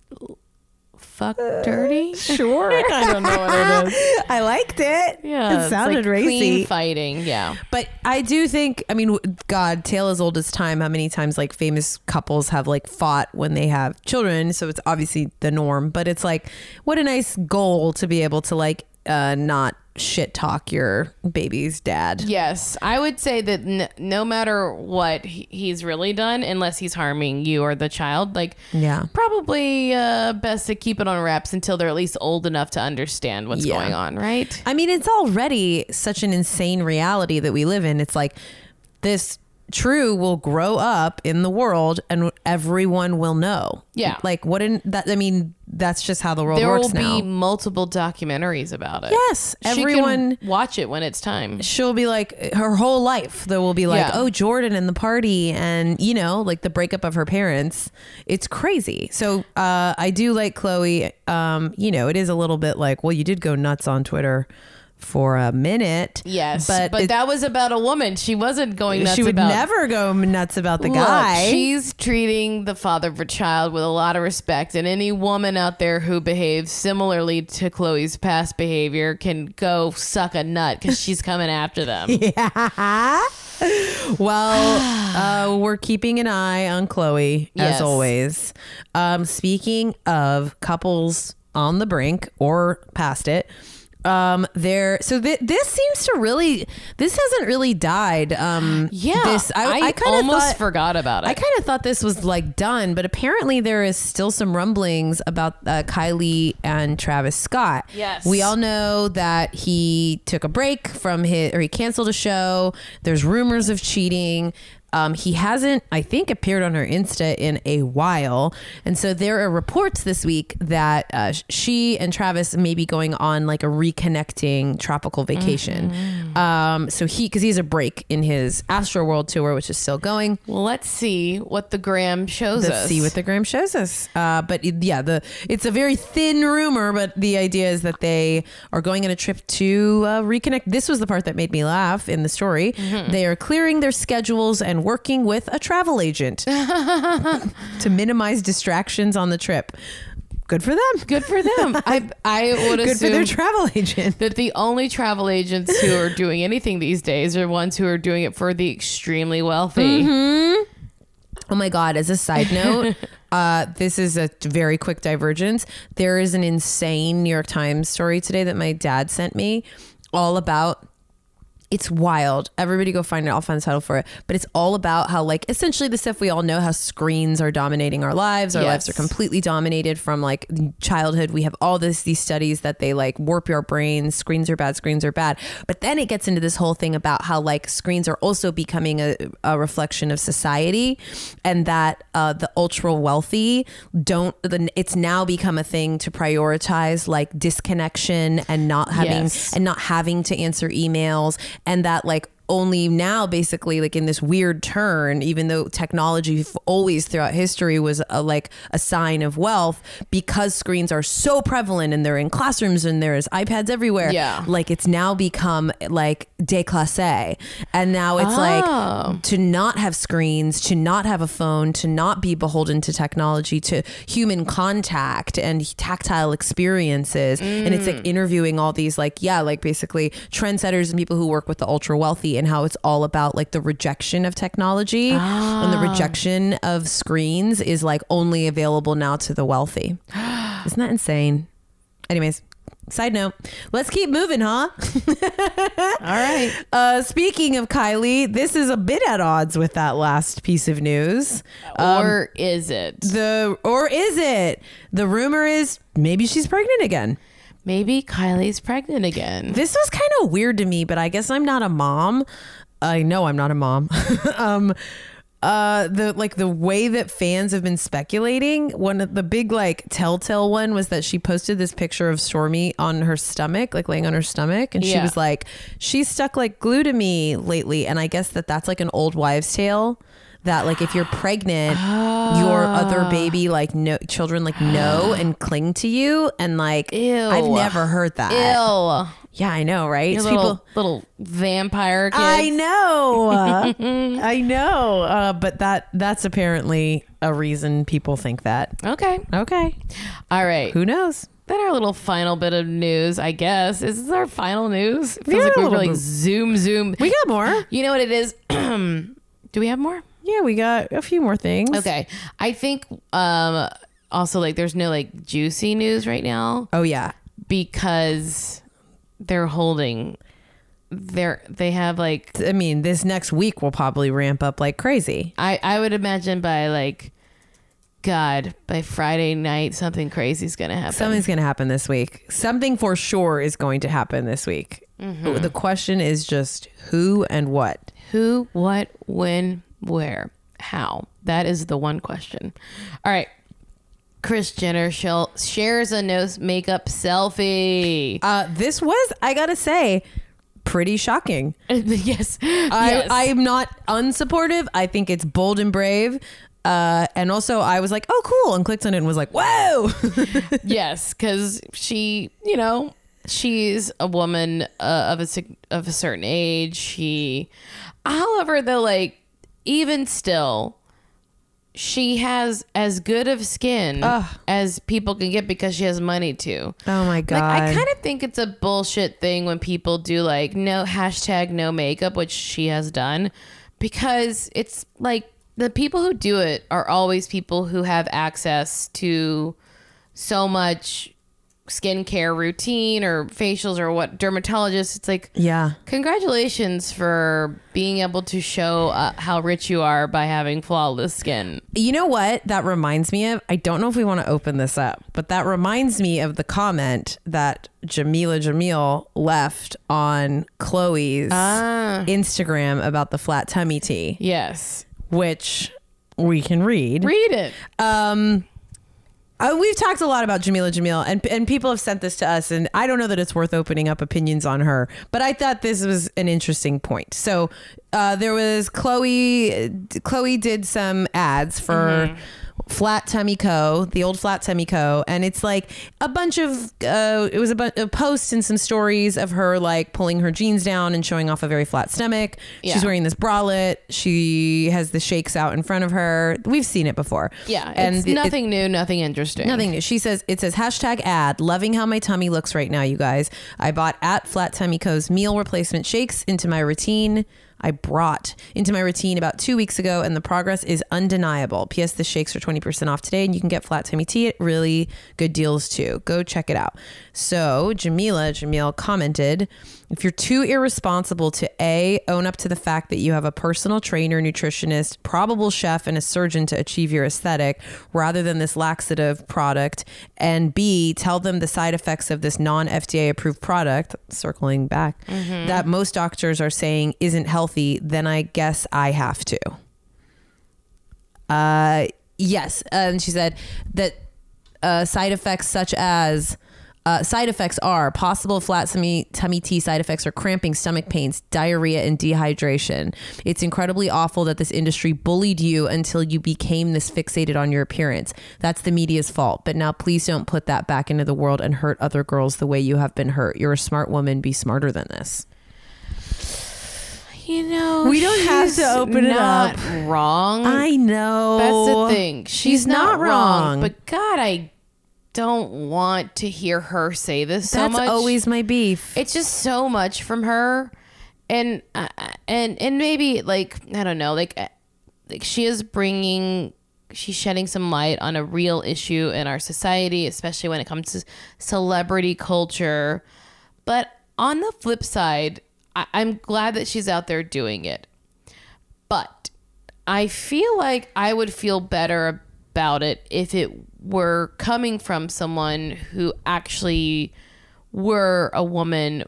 Speaker 2: fuck dirty
Speaker 1: Sure,
Speaker 2: Uh, i don't know what it is
Speaker 1: I liked it.
Speaker 2: yeah
Speaker 1: it
Speaker 2: it's
Speaker 1: sounded
Speaker 2: like
Speaker 1: racy.
Speaker 2: clean fighting yeah
Speaker 1: But I do think, I mean, w- God, tale as old as time. How many times like famous couples have like fought when they have children? So it's obviously the norm. But it's like, what a nice goal to be able to like uh, not shit talk your baby's dad.
Speaker 2: yes i would say that n- no matter what he- he's really done unless he's harming you or the child like
Speaker 1: Yeah.
Speaker 2: probably uh best to keep it on wraps until they're at least old enough to understand what's
Speaker 1: Yeah.
Speaker 2: going on right
Speaker 1: I mean, it's already such an insane reality that we live in. It's like this true will grow up in the world and everyone will know.
Speaker 2: Yeah.
Speaker 1: Like what in that I mean, that's just how the world
Speaker 2: there will
Speaker 1: works
Speaker 2: be
Speaker 1: now.
Speaker 2: multiple documentaries about it.
Speaker 1: Yes,
Speaker 2: She can
Speaker 1: everyone-
Speaker 2: watch it when it's time.
Speaker 1: she'll be like her whole life there will be like
Speaker 2: Yeah.
Speaker 1: oh jordan and the party and you know like the breakup of her parents it's crazy so uh i do like chloe um you know it is a little bit like well you did go nuts on twitter for a minute
Speaker 2: Yes,
Speaker 1: but,
Speaker 2: but,
Speaker 1: it-
Speaker 2: that was about a woman. She wasn't going nuts
Speaker 1: she would
Speaker 2: about
Speaker 1: never go nuts about the
Speaker 2: Look,
Speaker 1: guy
Speaker 2: She's treating the father of her child with a lot of respect, and any woman out there who behaves similarly to Chloe's past behavior can go suck a nut because she's coming after them.
Speaker 1: yeah well uh, we're keeping an eye on chloe as
Speaker 2: Yes.
Speaker 1: always um, speaking of couples on the brink or past it um there so th- this seems to really this hasn't really died um
Speaker 2: Yeah,
Speaker 1: this i, I, kind of
Speaker 2: almost
Speaker 1: thought,
Speaker 2: forgot about it.
Speaker 1: I kind of thought this was like done, but apparently there is still some rumblings about uh, Kylie and Travis Scott.
Speaker 2: Yes.
Speaker 1: we all know that he took a break from his or he canceled a show. There's rumors of cheating. Um, he hasn't, I think, appeared on her Insta in a while, and so there are reports this week that uh, sh- she and Travis may be going on like a reconnecting tropical vacation.
Speaker 2: Mm-hmm.
Speaker 1: Um, so he, because he has a break in his Astro World tour, which is still going.
Speaker 2: well, let's see what the gram shows
Speaker 1: Let's
Speaker 2: us.
Speaker 1: see what the gram shows us. Uh, but it- yeah, the it's a very thin rumor, but the idea is that they are going on a trip to uh, reconnect. This was the part that made me laugh in the story. They are clearing their schedules and working with a travel agent to minimize distractions on the trip. Good for them.
Speaker 2: Good for them. I I would
Speaker 1: Good for
Speaker 2: assume
Speaker 1: their travel agent.
Speaker 2: that the only travel agents who are doing anything these days are ones who are doing it for the extremely wealthy.
Speaker 1: Mm-hmm. Oh my God, as a side note, uh, this is a very quick divergence. There is an insane New York Times story today that my dad sent me all about. It's wild. Everybody go find it. I'll find the title for it. But it's all about how, like, essentially the stuff we all know how screens are dominating our lives. Our lives
Speaker 2: Yes.
Speaker 1: are completely dominated from like childhood. We have all this, these studies that they like warp your brains. Screens are bad, screens are bad. But then it gets into this whole thing about how like screens are also becoming a, a reflection of society and that uh, the ultra wealthy don't, the, it's now become a thing to prioritize like disconnection and not having,
Speaker 2: Yes.
Speaker 1: and not having to answer emails and that like, only now basically like in this weird turn even though technology f- always throughout history was a, like a sign of wealth because screens are so prevalent and they're in classrooms and there's ipads everywhere
Speaker 2: Yeah.
Speaker 1: like it's now become like déclassé and now it's like to not have screens to not have a phone to not be beholden to technology to human contact and tactile experiences and it's like interviewing all these like yeah like basically trendsetters and people who work with the ultra wealthy and how it's all about like the rejection of technology and the rejection of screens is like only available now to the wealthy isn't that insane anyways Side note, let's keep moving, huh?
Speaker 2: All right.
Speaker 1: Uh, speaking of Kylie, this is a bit at odds with that last piece of news. Um,
Speaker 2: or is it?
Speaker 1: The or is it? The rumor is maybe she's pregnant again.
Speaker 2: Maybe Kylie's pregnant again.
Speaker 1: This was kind of weird to me, but I guess I'm not a mom. I know I'm not a mom. um uh the like the way that fans have been speculating one of the big like telltale one was that she posted this picture of stormy on her stomach like laying on her stomach and she
Speaker 2: Yeah.
Speaker 1: was like she's stuck like glue to me lately and i guess that that's like an old wives tale that like if you're pregnant your
Speaker 2: Ah.
Speaker 1: other baby like no children like know and cling to you and like i've
Speaker 2: Ew.
Speaker 1: never heard that
Speaker 2: Ill.
Speaker 1: yeah, I know, right?
Speaker 2: Your
Speaker 1: It's
Speaker 2: little,
Speaker 1: people.
Speaker 2: little vampire kid.
Speaker 1: I know, I know. Uh, but that that's apparently a reason people think that.
Speaker 2: okay.
Speaker 1: Okay,
Speaker 2: All right.
Speaker 1: who knows?
Speaker 2: Then our little final bit of news, I guess. Is this our final news? It
Speaker 1: Yeah,
Speaker 2: feels like
Speaker 1: a
Speaker 2: we
Speaker 1: little
Speaker 2: really
Speaker 1: bit.
Speaker 2: zoom, zoom.
Speaker 1: We got more.
Speaker 2: you know what it is? Do we have more?
Speaker 1: Yeah, we got a few more things.
Speaker 2: Okay. I think um also like there's no like juicy news right now
Speaker 1: Oh yeah,
Speaker 2: because they're holding they're they have like
Speaker 1: I mean, this next week will probably ramp up like crazy.
Speaker 2: I I would imagine by like God by Friday night something crazy's gonna happen.
Speaker 1: Something's going to happen this week. Something for sure is going to happen this week. The question is just who and what.
Speaker 2: Who, what, when, where, how? That is the one question. All right. Chris Jenner shall, shares a no makeup selfie.
Speaker 1: Uh, this was, I gotta say, pretty shocking.
Speaker 2: yes.
Speaker 1: I,
Speaker 2: yes.
Speaker 1: I'm not unsupportive. I think it's bold and brave. Uh, and also, I was like, oh, cool. And clicked on it and was like, whoa.
Speaker 2: yes, because she, you know, she's a woman uh, of a sig- of a certain age. She, however, though, like even still, she has as good of skin as people can get because she has money to.
Speaker 1: Oh my
Speaker 2: Like, I
Speaker 1: God.
Speaker 2: kind of think it's a bullshit thing when people do like no hashtag no makeup, which she has done, because it's like the people who do it are always people who have access to so much skincare routine or facials or what dermatologists. It's like,
Speaker 1: yeah.
Speaker 2: congratulations for being able to show uh, how rich you are by having flawless skin.
Speaker 1: You know what that reminds me of? I don't know if we want to open this up, but that reminds me of the comment that Jamila Jamil left on Chloe's Ah. Instagram about the flat tummy tea,
Speaker 2: Yes.
Speaker 1: which we can read.
Speaker 2: Read it.
Speaker 1: Uh, we've talked a lot about Jamila Jamil, and and people have sent this to us, and I don't know that it's worth opening up opinions on her, but I thought this was an interesting point. So uh, there was Chloe. Chloe did some ads for.
Speaker 2: Mm-hmm.
Speaker 1: Flat Tummy Co, the old Flat Tummy Co, and it's like a bunch of uh, it was a, bu- a post and some stories of her like pulling her jeans down and showing off a very flat stomach.
Speaker 2: Yeah.
Speaker 1: She's wearing this bralette. She has the shakes out in front of her. We've seen it before.
Speaker 2: Yeah.
Speaker 1: and
Speaker 2: it's
Speaker 1: it-
Speaker 2: nothing new, nothing interesting.
Speaker 1: Nothing new. She says it says hashtag ad. Loving how my tummy looks right now, you guys. I bought at Flat Tummy Co's meal replacement shakes into my routine. I brought into my routine about two weeks ago, and the progress is undeniable. P.S. The shakes are twenty percent off today, and you can get Flat Tummy Tea at really good deals too. Go check it out. So Jamila Jamil commented, if you're too irresponsible to a own up to the fact that you have a personal trainer, nutritionist, probable chef, and a surgeon to achieve your aesthetic, rather than this laxative product, and b tell them the side effects of this non FDA approved product, circling back, that most doctors are saying isn't healthy, then I guess I have to. Uh, yes. And she said that uh, side effects such as. Uh, side effects are possible flat tummy, tummy tea side effects are cramping, stomach pains, diarrhea, and dehydration. It's incredibly awful that this industry bullied you until you became this fixated on your appearance. That's the media's fault. But now please don't put that back into the world and hurt other girls the way you have been hurt. You're a smart woman. Be smarter than this.
Speaker 2: You know,
Speaker 1: We don't have
Speaker 2: she's
Speaker 1: to open it
Speaker 2: not
Speaker 1: up.
Speaker 2: Wrong.
Speaker 1: know.
Speaker 2: That's the thing. She's,
Speaker 1: She's
Speaker 2: not,
Speaker 1: not
Speaker 2: wrong,
Speaker 1: wrong.
Speaker 2: But God, I don't want to hear her say this so
Speaker 1: That's
Speaker 2: much.
Speaker 1: always my beef.
Speaker 2: it's just so much from her, and uh, and and maybe like I don't know, like uh, like she is bringing. She's shedding some light on a real issue in our society, especially when it comes to celebrity culture. But on the flip side, I- I'm glad that she's out there doing it but I feel like I would feel better about it if it were coming from someone who actually were a woman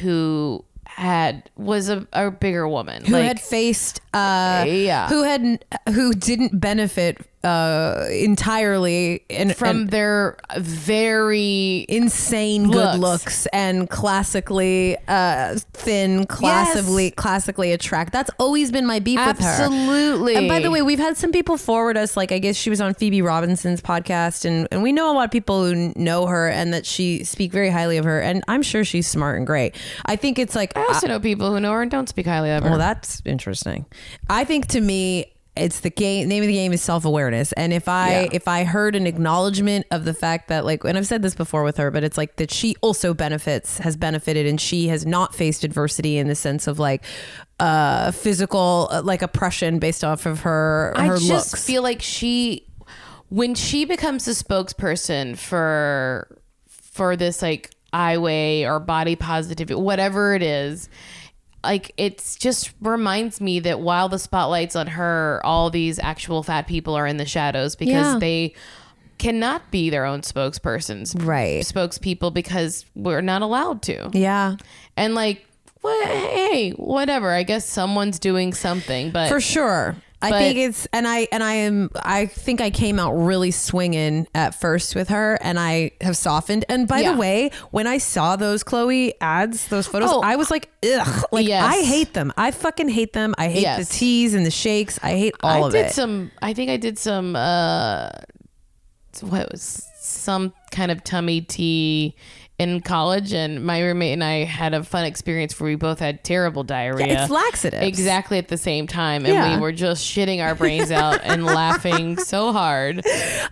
Speaker 2: who had was a, a bigger woman
Speaker 1: who
Speaker 2: like
Speaker 1: had faced uh
Speaker 2: Yeah.
Speaker 1: who had who didn't benefit uh entirely and
Speaker 2: from
Speaker 1: from
Speaker 2: their very
Speaker 1: insane
Speaker 2: Looks.
Speaker 1: good looks and classically uh thin classically classically attract that's always been my beef with her
Speaker 2: absolutely
Speaker 1: and by the way, we've had some people forward us. Like, I guess she was on Phoebe Robinson's podcast, and, and we know a lot of people who know her and that she speak very highly of her. And I'm sure she's smart and great. I think it's like
Speaker 2: I also know people who know her and don't speak highly of her.
Speaker 1: well, that's interesting. I think to me, it's the game. Name of the game is self awareness. And if I
Speaker 2: Yeah.
Speaker 1: if I heard an acknowledgement of the fact that like, and I've said this before with her, but it's like that she also benefits, has benefited, and she has not faced adversity in the sense of like uh physical uh, like oppression based off of her her
Speaker 2: I just
Speaker 1: looks.
Speaker 2: feel like she, when she becomes the spokesperson for for this like I way or body positivity, whatever it is, like it's just reminds me that while the spotlight's on her, all these actual fat people are in the shadows because
Speaker 1: Yeah.
Speaker 2: they cannot be their own spokespersons,
Speaker 1: right.
Speaker 2: spokespeople because we're not allowed to,
Speaker 1: Yeah.
Speaker 2: and like. What, hey, whatever. I guess someone's doing something, but
Speaker 1: For sure. I
Speaker 2: Uh, But-
Speaker 1: think it's and I and I am I think I came out really swinging at first with her and I have softened. And by
Speaker 2: Yeah.
Speaker 1: the way, when I saw those Chloe ads, those photos,
Speaker 2: Oh.
Speaker 1: I was like, ugh, like
Speaker 2: Yes.
Speaker 1: I hate them. I fucking hate them. I hate
Speaker 2: Yes.
Speaker 1: the teas and the shakes. I hate all
Speaker 2: I
Speaker 1: of
Speaker 2: did
Speaker 1: it.
Speaker 2: some. I think I did some. Uh, what was some kind of tummy tea in college, and my roommate and I had a fun experience where we both had terrible diarrhea.
Speaker 1: it's laxatives.
Speaker 2: Exactly at the same time, and
Speaker 1: Yeah.
Speaker 2: we were just shitting our brains out and laughing so hard.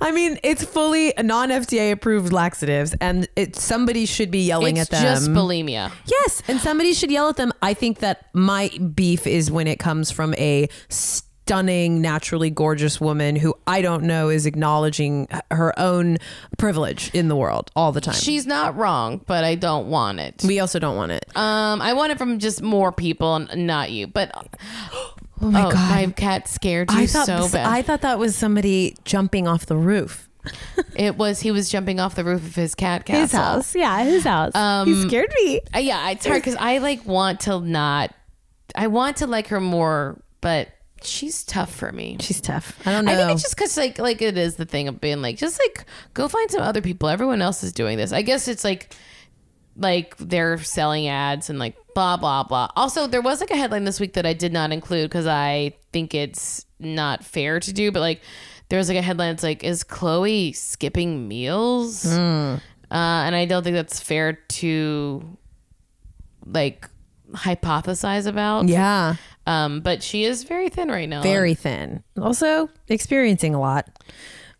Speaker 1: I mean, it's fully non FDA approved laxatives, and it somebody should be yelling
Speaker 2: It's
Speaker 1: at them.
Speaker 2: just bulimia.
Speaker 1: Yes, and somebody should yell at them. I think that my beef is when it comes from a stunning, naturally gorgeous woman who I don't know is acknowledging h- her own privilege in the world all the time.
Speaker 2: She's not wrong, but I don't want it.
Speaker 1: we also don't want it.
Speaker 2: Um, I want it from just more people, and not you. But
Speaker 1: Oh my god.
Speaker 2: my cat scared you
Speaker 1: I thought
Speaker 2: so bad.
Speaker 1: I thought that was somebody jumping off the roof.
Speaker 2: It was he was jumping off the roof of his cat castle.
Speaker 1: Yeah, his house. he scared me.
Speaker 2: Uh, yeah, it's hard because I like want to not. I want to like her more, but she's tough for me.
Speaker 1: She's tough. I don't know.
Speaker 2: I think it's just because like like it is the thing of being like just like go find some other people. Everyone else is doing this. I guess it's like like they're selling ads and like blah blah blah. Also, there was like a headline this week that I did not include because I think it's not fair to do. But like there was like a headline that's like is Chloe skipping meals? Uh, and I don't think that's fair to like hypothesize about.
Speaker 1: yeah,
Speaker 2: Um, but she is very thin right now.
Speaker 1: very thin. Also experiencing a lot.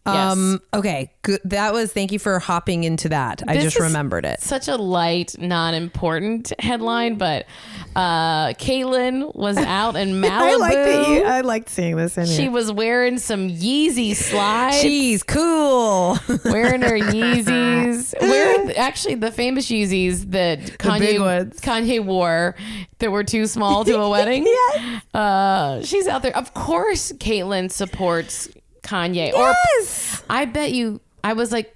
Speaker 1: Um okay, good. that was thank you for hopping into that. I
Speaker 2: This
Speaker 1: just
Speaker 2: is-
Speaker 1: remembered it.
Speaker 2: such a light, non important headline, but uh, Caitlyn was out in Malibu.
Speaker 1: I liked seeing this in
Speaker 2: She was wearing some Yeezy slides,
Speaker 1: She's cool.
Speaker 2: wearing her Yeezys, wearing actually the famous Yeezys that
Speaker 1: big
Speaker 2: Kanye
Speaker 1: ones.
Speaker 2: Kanye wore that were too small to a wedding.
Speaker 1: Yes.
Speaker 2: uh, she's out there. Of course, Caitlyn supports Kanye, or
Speaker 1: yes.
Speaker 2: I bet you. I was like,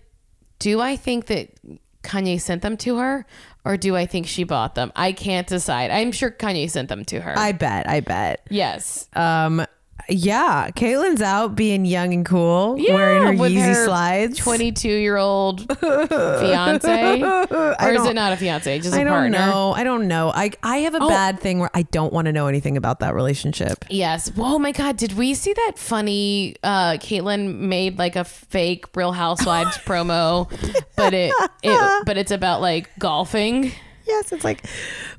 Speaker 2: do I think that Kanye sent them to her, or do I think she bought them? I can't decide. I'm sure Kanye sent them to her.
Speaker 1: I bet. I bet.
Speaker 2: yes,
Speaker 1: Um, yeah. Caitlin's out being young and cool,
Speaker 2: Yeah,
Speaker 1: wearing her
Speaker 2: with
Speaker 1: Yeezy slides.
Speaker 2: 22 year old fiance, or is it not a fiance? Just a
Speaker 1: I don't
Speaker 2: partner. Oh.
Speaker 1: know. I don't know. I I have a bad thing where I don't want to know anything about that relationship.
Speaker 2: Yes. Oh my God! Did we see that funny? Uh, Caitlyn made like a fake Real Housewives promo, but it, it but it's about like golfing.
Speaker 1: Yes, it's like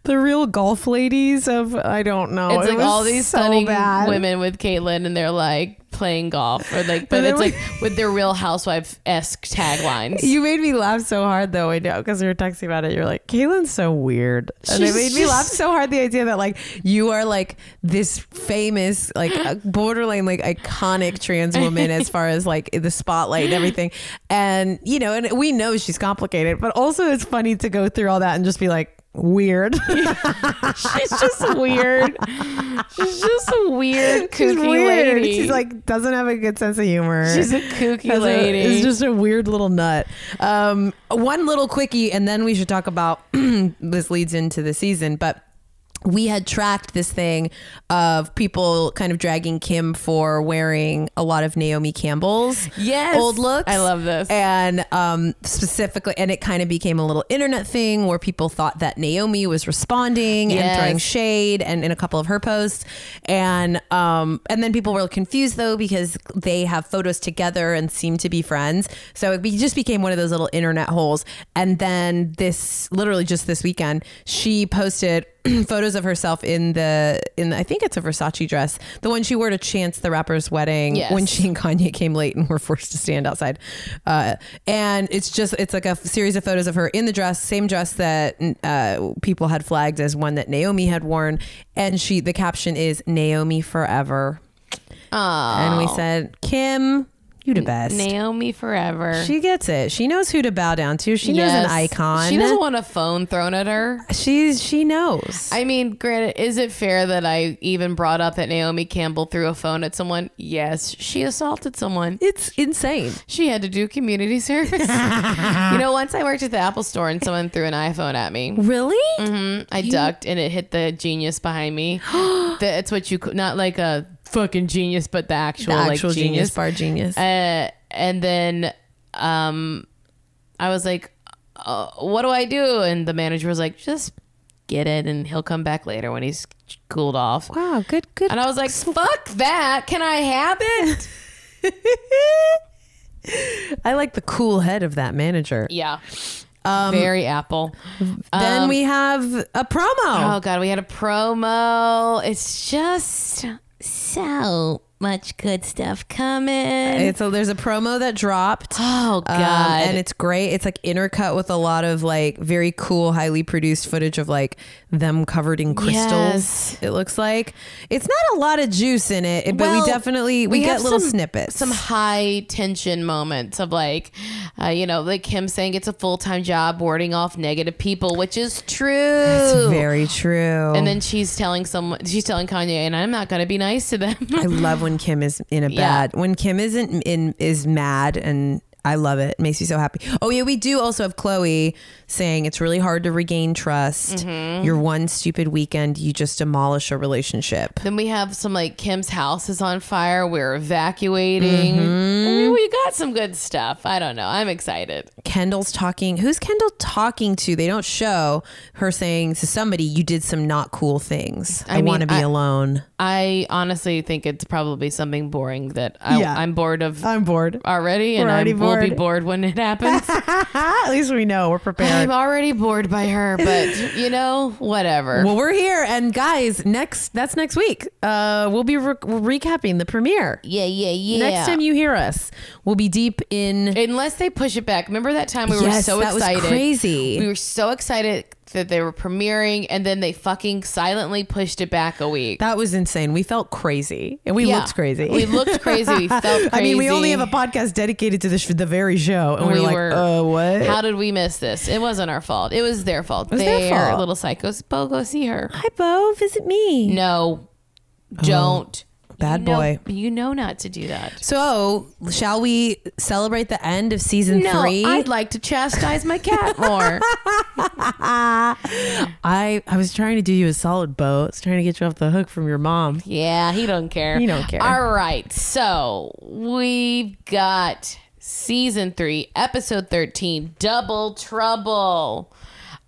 Speaker 1: the real golf ladies of I don't know.
Speaker 2: It's
Speaker 1: It
Speaker 2: like
Speaker 1: was
Speaker 2: all these
Speaker 1: so
Speaker 2: stunning
Speaker 1: bad.
Speaker 2: women with Caitlyn, and they're like playing golf, or like, but
Speaker 1: And then
Speaker 2: it's
Speaker 1: we-
Speaker 2: like with their Real Housewife esque taglines.
Speaker 1: You made me laugh so hard though, I know, because we were texting about it. You're like, Caitlin's so weird. And
Speaker 2: She's
Speaker 1: it made me
Speaker 2: just-
Speaker 1: laugh so hard the idea that like you are like this famous, like uh, borderline, like iconic trans woman as far as like the spotlight and everything. And you know, and we know she's complicated, but also it's funny to go through all that and just be like, weird.
Speaker 2: She's just weird. She's just a weird,
Speaker 1: She's
Speaker 2: kooky
Speaker 1: weird.
Speaker 2: lady.
Speaker 1: She's like doesn't have a good sense of humor.
Speaker 2: she's a kooky
Speaker 1: Has a-
Speaker 2: lady.
Speaker 1: is just a weird little nut. Um, one little quickie, and then we should talk about this leads into the season, but. We had tracked this thing of people kind of dragging Kim for wearing a lot of Naomi Campbell's
Speaker 2: Yes.
Speaker 1: old looks.
Speaker 2: I love this.
Speaker 1: And um, specifically, and it kind of became a little internet thing where people thought that Naomi was responding
Speaker 2: Yes.
Speaker 1: and throwing shade and in a couple of her posts and um and then people were confused though because they have photos together and seem to be friends so it be, just became one of those little internet holes and then this literally just this weekend she posted photos of herself in the in the, I think it's a Versace dress the one she wore to Chance the Rapper's wedding
Speaker 2: Yes.
Speaker 1: when she and Kanye came late and were forced to stand outside. Uh, and it's just it's like a f- series of photos of her in the dress, same dress that uh, people had flagged as one that Naomi had worn, and she the caption is Naomi forever.
Speaker 2: Aw.
Speaker 1: And we said, Kim, you the best.
Speaker 2: Naomi forever.
Speaker 1: she gets it. She knows who to bow down to. She knows
Speaker 2: Yes.
Speaker 1: an icon.
Speaker 2: She doesn't want a phone thrown at her.
Speaker 1: She's she knows.
Speaker 2: I mean, granted, is it fair that I even brought up that Naomi Campbell threw a phone at someone? Yes, she assaulted someone.
Speaker 1: it's insane.
Speaker 2: She had to do community service. you know, once I worked at the Apple store and someone threw an iPhone at me. mm-hmm,
Speaker 1: Really?
Speaker 2: I ducked and it hit the genius behind me. That's what you could not like a fucking genius, but the actual,
Speaker 1: the actual genius,
Speaker 2: like, genius.
Speaker 1: bar genius.
Speaker 2: Uh, and then um, I was like, uh, "What do I do?" And the manager was like, "Just get it, and he'll come back later when he's cooled off."
Speaker 1: wow, good, good.
Speaker 2: And I was like, "Fuck that! Can I have it?"
Speaker 1: I like the cool head of that manager.
Speaker 2: yeah.
Speaker 1: Um,
Speaker 2: Very Apple. Um,
Speaker 1: then we have a promo.
Speaker 2: Oh god, we had a promo. It's just so much good stuff coming.
Speaker 1: It's a, there's a promo that dropped.
Speaker 2: Oh
Speaker 1: Um,
Speaker 2: god.
Speaker 1: and it's great. It's like intercut with a lot of like very cool, highly produced footage of like them covered in crystals.
Speaker 2: Yes.
Speaker 1: It looks like it's not a lot of juice in it, but we
Speaker 2: Well,
Speaker 1: definitely we,
Speaker 2: have
Speaker 1: get little
Speaker 2: some-
Speaker 1: snippets.
Speaker 2: some high tension moments of like, uh, you know, like him saying it's a full time job warding off negative people, which is true.
Speaker 1: it's very true.
Speaker 2: and then she's telling someone, she's telling Kanye, and I'm not going to be nice to them.
Speaker 1: I love when Kim is in a
Speaker 2: Yeah.
Speaker 1: bad. When Kim isn't in is mad and I love it. Makes me so happy. Oh yeah, we do also have Chloe saying it's really hard to regain trust. Your one stupid weekend, you just demolish a relationship.
Speaker 2: then we have some like Kim's house is on fire. We're evacuating.
Speaker 1: Mm-hmm.
Speaker 2: I mean, we got some good stuff. I don't know. I'm excited.
Speaker 1: Kendall's talking. Who's Kendall talking to? They don't show her saying to somebody, "You did some not cool things. I,
Speaker 2: mean,
Speaker 1: want to be
Speaker 2: I-
Speaker 1: alone."
Speaker 2: I honestly think it's probably something boring that I,
Speaker 1: Yeah.
Speaker 2: I'm bored of
Speaker 1: I'm bored.
Speaker 2: already, and
Speaker 1: We're
Speaker 2: I
Speaker 1: already
Speaker 2: will be
Speaker 1: bored.
Speaker 2: bored when it happens.
Speaker 1: At least we know we're prepared.
Speaker 2: I'm already bored by her, but you know, whatever.
Speaker 1: Well, we're here, and guys, next that's next week. Uh, we'll be re- recapping the premiere.
Speaker 2: yeah, yeah, yeah.
Speaker 1: Next time you hear us, we'll be deep in.
Speaker 2: unless they push it back. Remember that time we were
Speaker 1: Yes,
Speaker 2: so
Speaker 1: that was
Speaker 2: excited,
Speaker 1: crazy.
Speaker 2: We were so excited that they were premiering, and then they fucking silently pushed it back a week.
Speaker 1: that was insane. We felt crazy, and we
Speaker 2: Yeah.
Speaker 1: looked crazy.
Speaker 2: We looked crazy. We felt crazy.
Speaker 1: I mean, we only have a podcast dedicated to the, sh- the very show, and
Speaker 2: We
Speaker 1: we are like,
Speaker 2: were-
Speaker 1: uh, what?
Speaker 2: How did we miss this? It wasn't our fault. It was their fault.
Speaker 1: was their
Speaker 2: They're
Speaker 1: fault.
Speaker 2: little psychos. Bo, go see her.
Speaker 1: Hi, Bo. Visit me.
Speaker 2: No,
Speaker 1: Oh,
Speaker 2: don't.
Speaker 1: Bad
Speaker 2: You know-
Speaker 1: boy.
Speaker 2: You know not to do that.
Speaker 1: So, shall we celebrate the end of season
Speaker 2: No,
Speaker 1: three?
Speaker 2: I'd like to chastise my cat more.
Speaker 1: I I was trying to do you a solid, Bo. I was trying to get you off the hook from your mom.
Speaker 2: Yeah, he don't care.
Speaker 1: He don't care.
Speaker 2: All right. So we've got season three, episode thirteen, Double Trouble.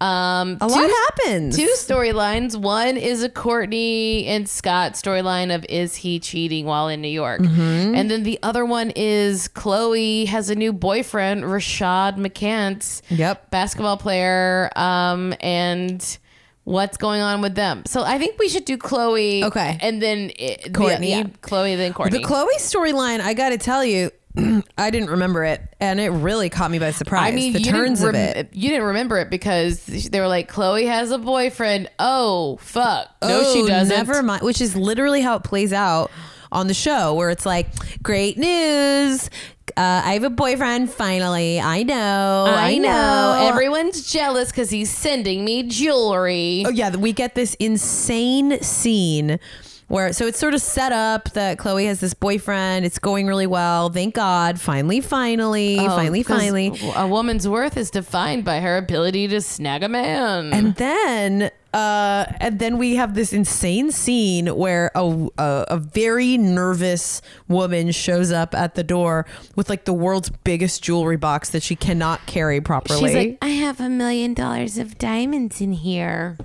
Speaker 2: Um
Speaker 1: A lot happens.
Speaker 2: two storylines. One is a Courtney and Scott storyline of is he cheating while in New York?
Speaker 1: Mm-hmm.
Speaker 2: And then the other one is Chloe has a new boyfriend, Rashad McCants.
Speaker 1: Yep.
Speaker 2: Basketball player. Um, and what's going on with them? So I think we should do Chloe.
Speaker 1: Okay.
Speaker 2: And then it, the-
Speaker 1: Courtney.
Speaker 2: yeah, Chloe, then Courtney.
Speaker 1: The Chloe storyline, I got to tell you, I didn't remember it, and it really caught me by surprise. the
Speaker 2: you didn't
Speaker 1: turns of
Speaker 2: rem-
Speaker 1: it.
Speaker 2: You didn't remember it because they were like, "Chloe has a boyfriend." Oh fuck! No, she
Speaker 1: Oh,
Speaker 2: doesn't.
Speaker 1: Never mind. Which is literally how it plays out on the show, where it's like, great news. Uh, I have a boyfriend finally. I know. I, know.
Speaker 2: Oh, Everyone's jealous because he's sending me jewelry.
Speaker 1: Oh yeah, we get this insane scene where so it's sort of set up that Chloe has this boyfriend. It's going really well. Thank God. Finally, finally, finally,
Speaker 2: Oh, 'Cause
Speaker 1: finally.
Speaker 2: A woman's worth is defined by her ability to snag a man.
Speaker 1: And then, uh, and then we have this insane scene where a, a a very nervous woman shows up at the door with like the world's biggest jewelry box that she cannot carry properly.
Speaker 2: She's like, I have a million dollars of diamonds in here.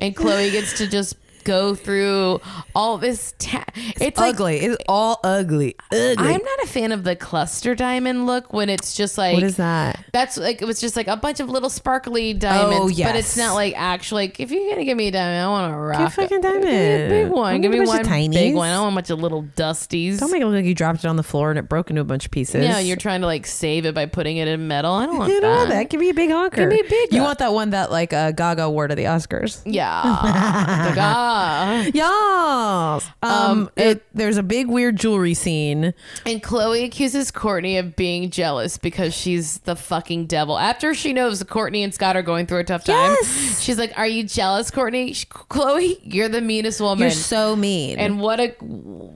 Speaker 2: And Chloe gets to just go through all this. Ta- it's like,
Speaker 1: ugly. it's all ugly. Ugly.
Speaker 2: I'm not a fan of the cluster diamond look when it's just like.
Speaker 1: what is that?
Speaker 2: That's like it was just like a bunch of little sparkly diamonds, but
Speaker 1: Oh, yes.
Speaker 2: it's not like actual. Like if you're gonna give me a diamond, I want a rock.
Speaker 1: fucking
Speaker 2: Give me a
Speaker 1: diamond.
Speaker 2: big one.
Speaker 1: Don't give
Speaker 2: Give me
Speaker 1: me a
Speaker 2: one
Speaker 1: bunch of
Speaker 2: big
Speaker 1: tinies.
Speaker 2: one. I don't want a bunch of little dusties.
Speaker 1: Don't make it look like you dropped it on the floor and it broke into a bunch of pieces.
Speaker 2: yeah, you're trying to like save it by putting it in metal. I don't want
Speaker 1: You
Speaker 2: that.
Speaker 1: know that. Give me a big honker.
Speaker 2: Give me a big
Speaker 1: You
Speaker 2: one.
Speaker 1: want that one that like uh, Gaga wore to the Oscars?
Speaker 2: Yeah. Like, ah.
Speaker 1: Yes. Um, it, there's a big weird jewelry scene.
Speaker 2: And Chloe accuses Courtney of being jealous because she's the fucking devil. After she knows Courtney and Scott are going through a tough time,
Speaker 1: Yes.
Speaker 2: she's like, "Are you jealous, Courtney? She- Chloe, you're the meanest woman."
Speaker 1: You're so mean.
Speaker 2: and what a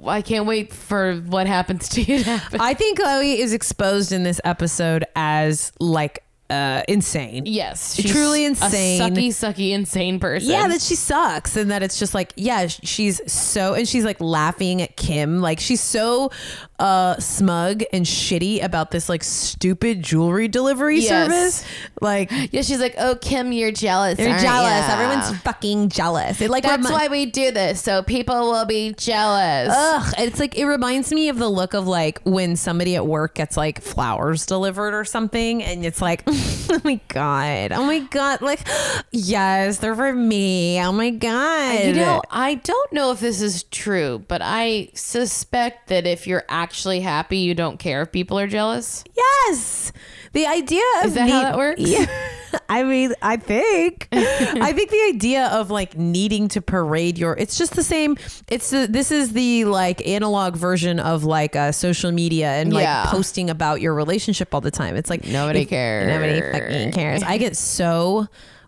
Speaker 2: I can't wait for what happens to you to happen.
Speaker 1: I think Chloe is exposed in this episode as like uh, insane.
Speaker 2: Yes,
Speaker 1: Truly
Speaker 2: a
Speaker 1: insane.
Speaker 2: sucky, sucky, insane person.
Speaker 1: Yeah, that she sucks, and that it's just like, yeah, sh- she's so, and she's like laughing at Kim, like she's so uh, smug and shitty about this like stupid jewelry delivery
Speaker 2: Yes.
Speaker 1: service. Like
Speaker 2: yeah. She's like, oh Kim, you're jealous.
Speaker 1: you're
Speaker 2: aren't
Speaker 1: jealous,
Speaker 2: ya?"
Speaker 1: everyone's fucking jealous. It like
Speaker 2: That's
Speaker 1: remi-
Speaker 2: why we do this, so people will be jealous.
Speaker 1: Ugh, it's like it reminds me of the look of like when somebody at work gets like flowers delivered or something, and it's like, oh my god, oh my god, like yes, they're for me. Oh my god,
Speaker 2: You know, I don't know if this is true, but I suspect that if you're actually happy, you don't care if people are jealous.
Speaker 1: Yes. The idea of
Speaker 2: Is that how
Speaker 1: need-
Speaker 2: that works?
Speaker 1: Yeah. I mean, I think I think the idea of like needing to parade your it's just the same it's the, this is the like analog version of like uh, social media and like
Speaker 2: Yeah.
Speaker 1: posting about your relationship all the time. It's like
Speaker 2: Nobody
Speaker 1: if- Nobody fucking cares.
Speaker 2: cares.
Speaker 1: I get so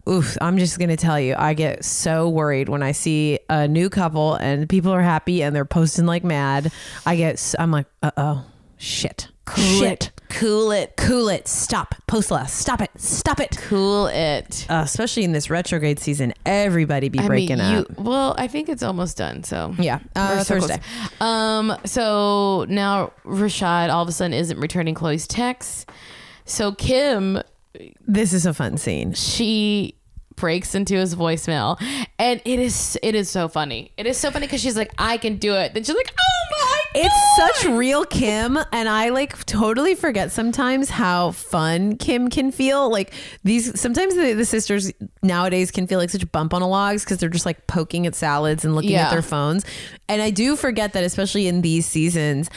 Speaker 1: Oof, I'm just gonna tell you, I get so worried when I see a new couple and people are happy and they're posting like mad. I get, s- I'm like, uh oh, shit, shit,
Speaker 2: Cool it.
Speaker 1: Cool it. Stop. Post less. Stop it. Stop it.
Speaker 2: Cool it.
Speaker 1: Uh, especially in this retrograde season, everybody be breaking up.
Speaker 2: Well, I think it's almost done. So
Speaker 1: Yeah. Uh,
Speaker 2: We're so close.
Speaker 1: Thursday.
Speaker 2: Um. So now Rashad all of a sudden isn't returning Chloe's texts. So Kim,
Speaker 1: This is a fun scene.
Speaker 2: she breaks into his voicemail, and it is it is so funny. It is so funny because she's like, I can do it. Then she's like, Oh my.
Speaker 1: It's such real Kim, and I like totally forget sometimes how fun Kim can feel. Like these, sometimes the, the sisters nowadays can feel like such bump on a logs because they're just like poking at salads and looking
Speaker 2: Yeah.
Speaker 1: at their phones. And I do forget that, especially in these seasons.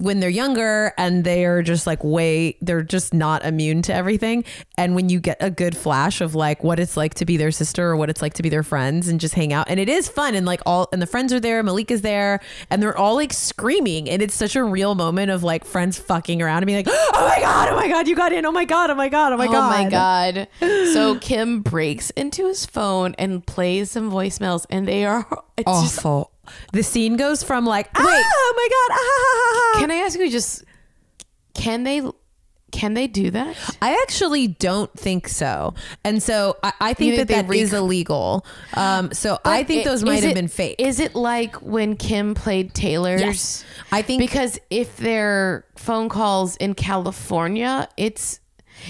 Speaker 1: When they're younger and they are just like way, they're just not immune to everything. And when you get a good flash of like what it's like to be their sister or what it's like to be their friends and just hang out, and it is fun. And like all, and the friends are there, Malika's there, and they're all like screaming. And it's such a real moment of like friends fucking around and being like, oh my God, oh my God, you got in. Oh my God, oh my God, oh my God.
Speaker 2: Oh my god. So Kim breaks into his phone and plays some voicemails and they are it's
Speaker 1: Oh.
Speaker 2: just
Speaker 1: Awful. The scene goes from like, ah, oh my God, ah, ha, ha, ha, ha."
Speaker 2: Can I ask you just can they can they do that?
Speaker 1: I actually don't think so, and so I, I think,
Speaker 2: You think
Speaker 1: that that is
Speaker 2: they rec-
Speaker 1: illegal. Um, so I think
Speaker 2: It-
Speaker 1: those
Speaker 2: is
Speaker 1: might have
Speaker 2: it-
Speaker 1: been fake.
Speaker 2: Is it like when Kim played Taylor's?
Speaker 1: Yes. I think-
Speaker 2: because if their phone calls in California, it's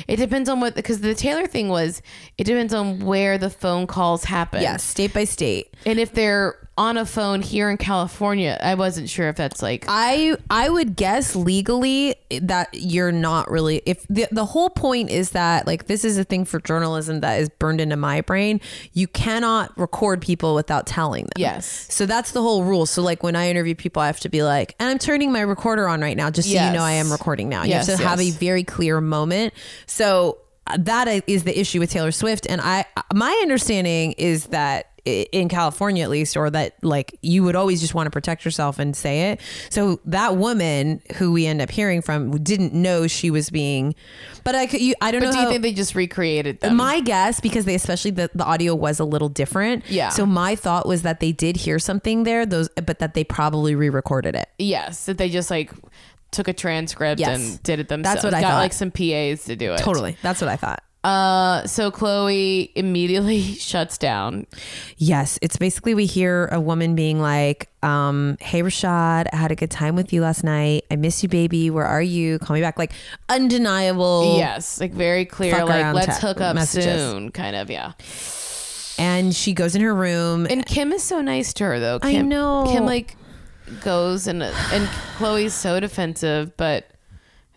Speaker 2: it depends on what because the Taylor thing was it depends on where the phone calls happen.
Speaker 1: yes, state by state.
Speaker 2: And if they're on a phone here in California, I wasn't sure if that's like
Speaker 1: I I would guess legally that you're not really if the the whole point is that like this is a thing for journalism that is burned into my brain. You cannot record people without telling them.
Speaker 2: Yes.
Speaker 1: So that's the whole rule. So like when I interview people, I have to be like, and I'm turning my recorder on right now, just so
Speaker 2: Yes.
Speaker 1: you know I am recording now. You have
Speaker 2: Yes,
Speaker 1: to have a
Speaker 2: yes.
Speaker 1: very clear moment. So uh, that is the issue with Taylor Swift, and I uh, my understanding is that i- in California at least, or that like you would always just want to protect yourself and say it. So that woman who we end up hearing from didn't know she was being, but I could you, I don't know.
Speaker 2: But do you
Speaker 1: how-
Speaker 2: think they just recreated them?
Speaker 1: my guess, because they especially the, the audio was a little different.
Speaker 2: Yeah.
Speaker 1: So my thought was that they did hear something there, those, but that they probably re-recorded it.
Speaker 2: yes, that they just like took a transcript
Speaker 1: Mm-hmm. Yes.
Speaker 2: and did it themselves.
Speaker 1: That's what I
Speaker 2: Got
Speaker 1: thought.
Speaker 2: like some PAs to do it.
Speaker 1: Totally. That's what I thought.
Speaker 2: Uh, so Chloe immediately shuts down.
Speaker 1: Yes, it's basically we hear a woman being like, um, "Hey Rashad, I had a good time with you last night. I miss you, baby. Where are you? Call me back." Like undeniable.
Speaker 2: yes, like very clear,
Speaker 1: Fuck
Speaker 2: like
Speaker 1: around
Speaker 2: let's
Speaker 1: te-
Speaker 2: hook up
Speaker 1: messages.
Speaker 2: soon, kind of. Yeah.
Speaker 1: And she goes in her room.
Speaker 2: And Kim is so nice to her though.
Speaker 1: I
Speaker 2: Kim,
Speaker 1: know.
Speaker 2: Kim like goes and and Chloe's so defensive, but.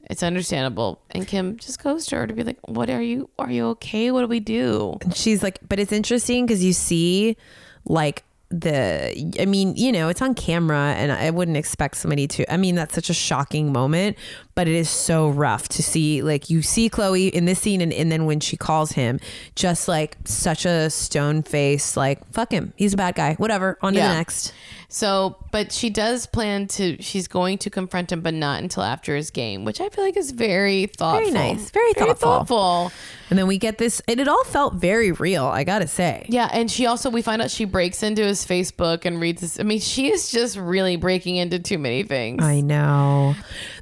Speaker 2: It's understandable, and Kim just goes to her to be like, "What are you? Are you okay? What do we do?"
Speaker 1: And she's like, "But it's interesting because you see, like." the i mean you know it's on camera and i wouldn't expect somebody to i mean that's such a shocking moment but it is so rough to see like you see chloe in this scene and, and then when she calls him just like such a stone face like fuck him he's a bad guy whatever on to
Speaker 2: Yeah.
Speaker 1: the next
Speaker 2: So, but she does plan to. She's going to confront him, but not until after his game, which I feel like is very thoughtful.
Speaker 1: nice, very thoughtful.
Speaker 2: thoughtful.
Speaker 1: And then we get this, and it all felt very real, I gotta say.
Speaker 2: Yeah, and she also we find out she breaks into his Facebook and reads. This, I mean, she is just really breaking into too many things.
Speaker 1: I know.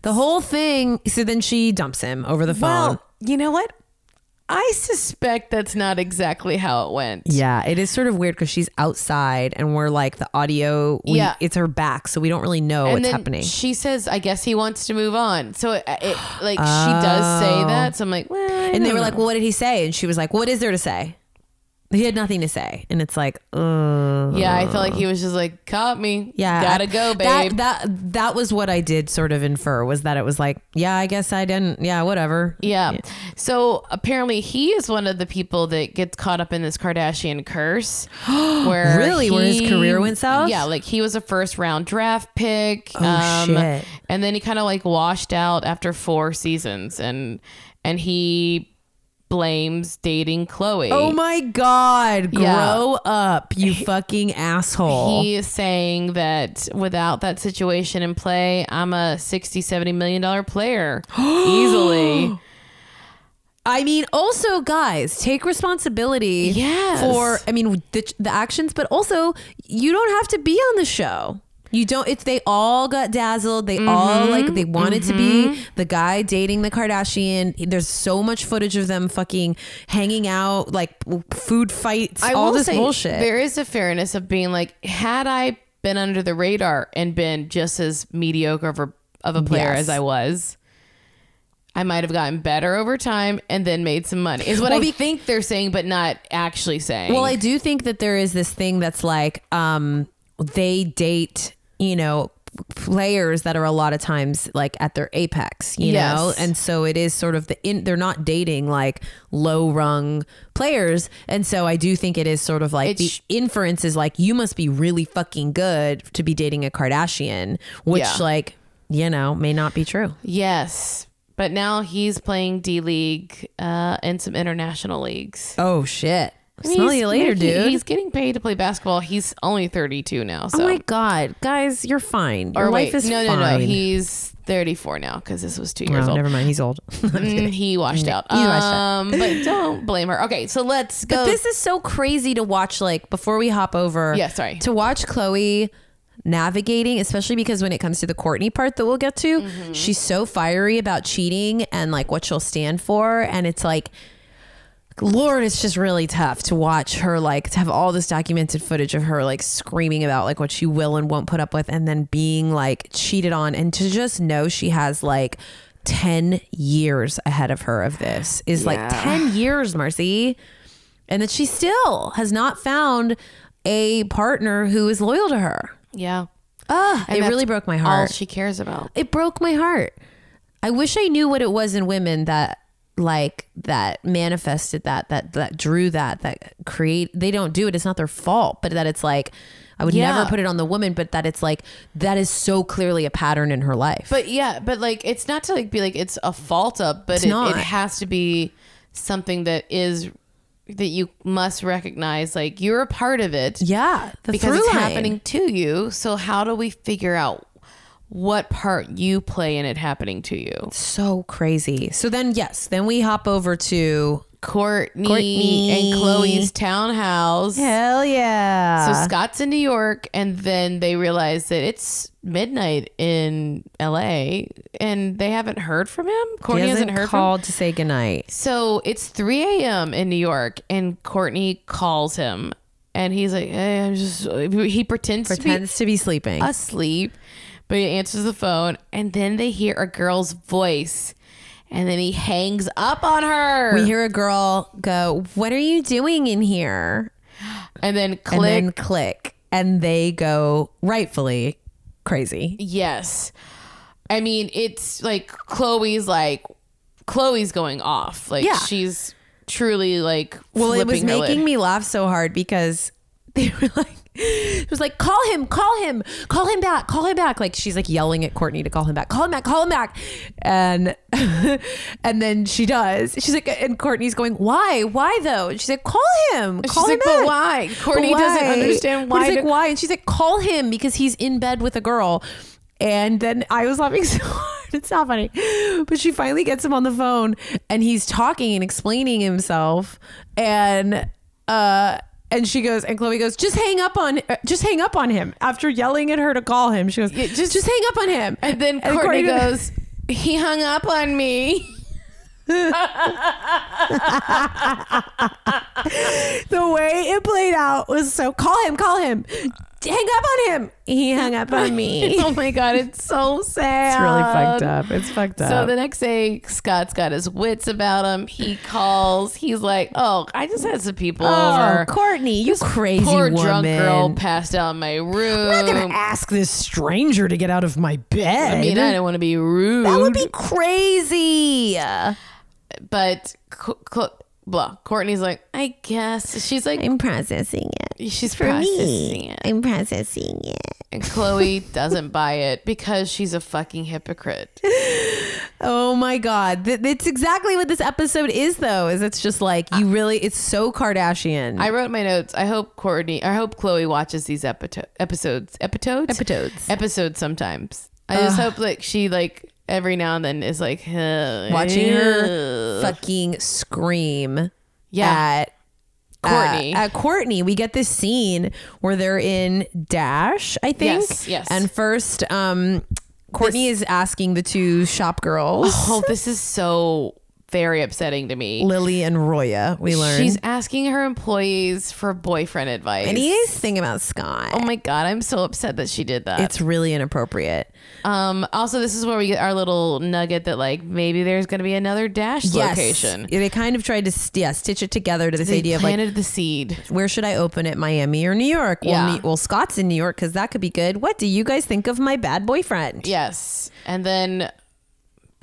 Speaker 1: The whole thing. So then she dumps him over the phone.
Speaker 2: you know what? I suspect that's not exactly how it went.
Speaker 1: Yeah, it is sort of weird because she's outside and we're like the audio. We,
Speaker 2: Yeah.
Speaker 1: it's her back, so we don't really know
Speaker 2: and
Speaker 1: what's
Speaker 2: then
Speaker 1: happening.
Speaker 2: she says, "I guess he wants to move on." So it, it like she does say that. So I'm like, well, I
Speaker 1: Oh. and they were
Speaker 2: don't know.
Speaker 1: like, "Well, what did he say?" And she was like, "What is there to say?" He had nothing to say, and it's like, uh,
Speaker 2: "Yeah, I felt like he was just like, caught me.
Speaker 1: yeah,
Speaker 2: gotta
Speaker 1: I-
Speaker 2: go, babe."
Speaker 1: That, that that was what I did sort of infer was that it was like, yeah, I guess I didn't. Yeah, whatever.
Speaker 2: Yeah. So apparently he is one of the people that gets caught up in this Kardashian curse. where
Speaker 1: Really? Where his career went south?
Speaker 2: Yeah, like he was a first round draft pick. Oh,
Speaker 1: shit.
Speaker 2: And then he kind of like washed out after four seasons and and he blames dating Chloe.
Speaker 1: Oh my god, grow
Speaker 2: Yeah.
Speaker 1: up, you fucking asshole.
Speaker 2: He is saying that without that situation in play, I'm a 60, 70 million dollar player easily.
Speaker 1: I mean, also, guys, take responsibility
Speaker 2: Yes.
Speaker 1: for, I mean, the, the actions, but also, you don't have to be on the show. You don't, it's, they all got dazzled. They all,
Speaker 2: Mm-hmm.
Speaker 1: like, they wanted to be the guy dating the Kardashian. There's so much footage of them fucking hanging out, like, w- food fights, all
Speaker 2: will
Speaker 1: this
Speaker 2: say
Speaker 1: bullshit.
Speaker 2: There is a fairness of being like, had I been under the radar and been just as mediocre of a, of a player
Speaker 1: Yes.
Speaker 2: as I was, I might have gotten better over time and then made some money. Is what
Speaker 1: Well,
Speaker 2: I
Speaker 1: be-
Speaker 2: think they're saying, but not actually saying.
Speaker 1: Well, I do think that there is this thing that's like um, they date, you know, players that are a lot of times like at their apex, you
Speaker 2: Yes.
Speaker 1: know, and so it is sort of the in, they're not dating like low rung players, and so I do think it is sort of like
Speaker 2: It's-
Speaker 1: the inference is like you must be really fucking good to be dating a Kardashian, which
Speaker 2: Yeah.
Speaker 1: like you know may not be true.
Speaker 2: yes. But now he's playing D League uh, and some international leagues.
Speaker 1: Oh shit!
Speaker 2: I mean,
Speaker 1: Smell
Speaker 2: he's-
Speaker 1: you later,
Speaker 2: he-
Speaker 1: dude.
Speaker 2: He's getting paid to play basketball. He's only 32 now. So.
Speaker 1: Oh my god, guys, you're fine. Your
Speaker 2: or
Speaker 1: life
Speaker 2: wait,
Speaker 1: is
Speaker 2: no,
Speaker 1: fine.
Speaker 2: no, no. He's 34 now because this was two years
Speaker 1: Oh,
Speaker 2: old.
Speaker 1: never mind. He's old.
Speaker 2: Mm, he washed out.
Speaker 1: He washed out.
Speaker 2: um, but don't blame her. Okay, so let's go.
Speaker 1: But this is so crazy to watch. Like before we hop over,
Speaker 2: Yeah, sorry.
Speaker 1: to watch Chloe navigating, especially because when it comes to the Courtney part that we'll get to,
Speaker 2: Mm-hmm.
Speaker 1: she's so fiery about cheating and like what she'll stand for, and it's like. Lord, it's just really tough to watch her like to have all this documented footage of her like screaming about like what she will and won't put up with and then being like cheated on and to just know she has like 10 years ahead of her of this is like
Speaker 2: Yeah.
Speaker 1: 10 years, Marcy. And that she still has not found a partner who is loyal to her.
Speaker 2: yeah,
Speaker 1: Ugh, it
Speaker 2: that's
Speaker 1: really broke my
Speaker 2: all
Speaker 1: heart
Speaker 2: she cares about.
Speaker 1: it broke my heart. I wish I knew what it was in women that like that manifested that that that drew that that create they don't do it it's not their fault but that it's like I would
Speaker 2: Yeah.
Speaker 1: never put it on the woman but that it's like that is so clearly a pattern in her life.
Speaker 2: But yeah, but like it's not to like be like it's a fault up, but it,
Speaker 1: not.
Speaker 2: it has to be something that is that you must recognize. Like you're a part of it
Speaker 1: yeah, the
Speaker 2: because
Speaker 1: through
Speaker 2: it's
Speaker 1: line.
Speaker 2: happening to you. So how do we figure out what part you play in it happening to you?
Speaker 1: so crazy. So then yes, then we hop over to
Speaker 2: Courtney,
Speaker 1: Courtney.
Speaker 2: and Chloe's townhouse.
Speaker 1: Hell yeah.
Speaker 2: So Scott's in New York, and then they realize that it's midnight in LA, and they haven't heard from him. Courtney
Speaker 1: he
Speaker 2: hasn't,
Speaker 1: hasn't
Speaker 2: heard from.
Speaker 1: called to say goodnight.
Speaker 2: So it's 3 a.m. in New York, and Courtney calls him, and he's like, "Hey, I'm just." He pretends to be
Speaker 1: Pretends to be sleeping.
Speaker 2: asleep, but he answers the phone, and then they hear a girl's voice, and then he hangs up on her,
Speaker 1: we hear a girl go, "What are you doing in here?"
Speaker 2: and then
Speaker 1: and
Speaker 2: click.
Speaker 1: then click and they go rightfully crazy
Speaker 2: Yes. I mean, it's like Chloe's like Chloe's going off. Like
Speaker 1: Yeah.
Speaker 2: she's truly like
Speaker 1: well it was
Speaker 2: flipping her lid.
Speaker 1: making me laugh so hard because they were like it was like call him call him call him back call him back like she's like yelling at courtney to call him back call him back call him back and and then she does she's like and courtney's going why why though and she's like call him
Speaker 2: She's
Speaker 1: call him
Speaker 2: like,
Speaker 1: back
Speaker 2: but why? Courtney
Speaker 1: But
Speaker 2: doesn't
Speaker 1: why?
Speaker 2: understand why.
Speaker 1: Courtney's
Speaker 2: to-
Speaker 1: like, why? And she's like, call him because he's in bed with a girl. And then I was laughing so hard. It's not funny. But she finally gets him on the phone and he's talking and explaining himself. And uh and she goes, and Chloe goes, just hang up on uh, just hang up on him. After yelling at her to call him, she goes, just, just hang up on him.
Speaker 2: and then Courtney
Speaker 1: Courtney-
Speaker 2: goes, he hung up on me.
Speaker 1: the way it played out was so call him, call him. Hang up on him. He hung up on me.
Speaker 2: oh my god, it's so sad.
Speaker 3: It's really fucked up. It's fucked up.
Speaker 2: So the next day, Scott's got his wits about him. He calls. He's like, "Oh, I just had some people
Speaker 1: Oh,
Speaker 2: over.
Speaker 1: Courtney, you crazy
Speaker 2: Poor
Speaker 1: woman.
Speaker 2: drunk girl passed out in my room.
Speaker 1: I'm not gonna ask this stranger to get out of my bed.
Speaker 2: I mean, I don't want to be rude,
Speaker 1: that would be crazy.
Speaker 2: but cl- cl- blah. Courtney's like, I guess she's like,
Speaker 1: I'm processing it.
Speaker 2: she's processing it.
Speaker 1: I'm processing it.
Speaker 2: And Chloe doesn't buy it because she's a fucking hypocrite.
Speaker 1: Oh my god, Th- that's exactly what this episode is, though. Is it's just like you really, it's so Kardashian.
Speaker 2: I wrote my notes. I hope Courtney, I hope Chloe watches these epito- episodes, episodes,
Speaker 1: Episodes.
Speaker 2: episodes. Sometimes I just hope like she like every now and then is like "Huh, eh?"
Speaker 1: watching her
Speaker 2: ugh."
Speaker 1: fucking scream
Speaker 2: Yeah.
Speaker 1: at at-
Speaker 2: Courtney.
Speaker 1: At, Courtney, we get this scene where they're in Dash, I think.
Speaker 2: Yes, yes.
Speaker 1: And first, um, Courtney is asking the two shop girls,
Speaker 2: Oh, this is so very upsetting to me.
Speaker 1: Lily and Roya. We learn.
Speaker 2: She's asking her employees for boyfriend advice.
Speaker 1: and he is thinking about Scott.
Speaker 2: oh my god, I'm so upset that she did that.
Speaker 1: it's really inappropriate.
Speaker 2: Um, also, this is where we get our little nugget that like maybe there's going to be another dash location.
Speaker 1: Yes. They kind of tried to st- yeah, stitch it together to this
Speaker 2: They
Speaker 1: idea of like
Speaker 2: planted the seed.
Speaker 1: where should I open it? Miami or New York? Well,
Speaker 2: Yeah.
Speaker 1: Ne- well, Scott's in New York because that could be good. What do you guys think of my bad boyfriend?
Speaker 2: Yes, and then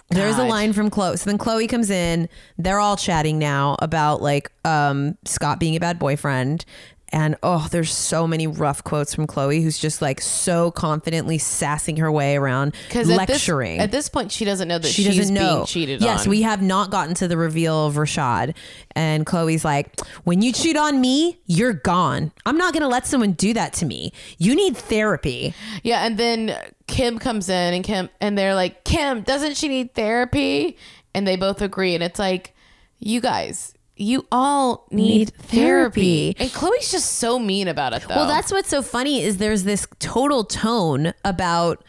Speaker 1: There's a
Speaker 2: God.
Speaker 1: line from Chloe. So then Chloe comes in. They're all chatting now about like um, Scott being a bad boyfriend. And oh, there's so many rough quotes from Chloe, who's just like so confidently sassing her way around,
Speaker 2: because
Speaker 1: lecturing.
Speaker 2: at this point she doesn't know that
Speaker 1: she
Speaker 2: she's
Speaker 1: doesn't know.
Speaker 2: being cheated
Speaker 1: yes,
Speaker 2: on.
Speaker 1: we have not gotten to the reveal of Rashad. And Chloe's like, when you cheat on me, you're gone. I'm not going to let someone do that to me. You need therapy.
Speaker 2: yeah, and then Kim comes in and Kim and they're like, Kim, doesn't she need therapy? And they both agree, and it's like, you guys. You all need,
Speaker 1: Need
Speaker 2: therapy.
Speaker 1: therapy.
Speaker 2: and Chloe's just so mean about it, though.
Speaker 1: Well, that's what's so funny is there's this total tone about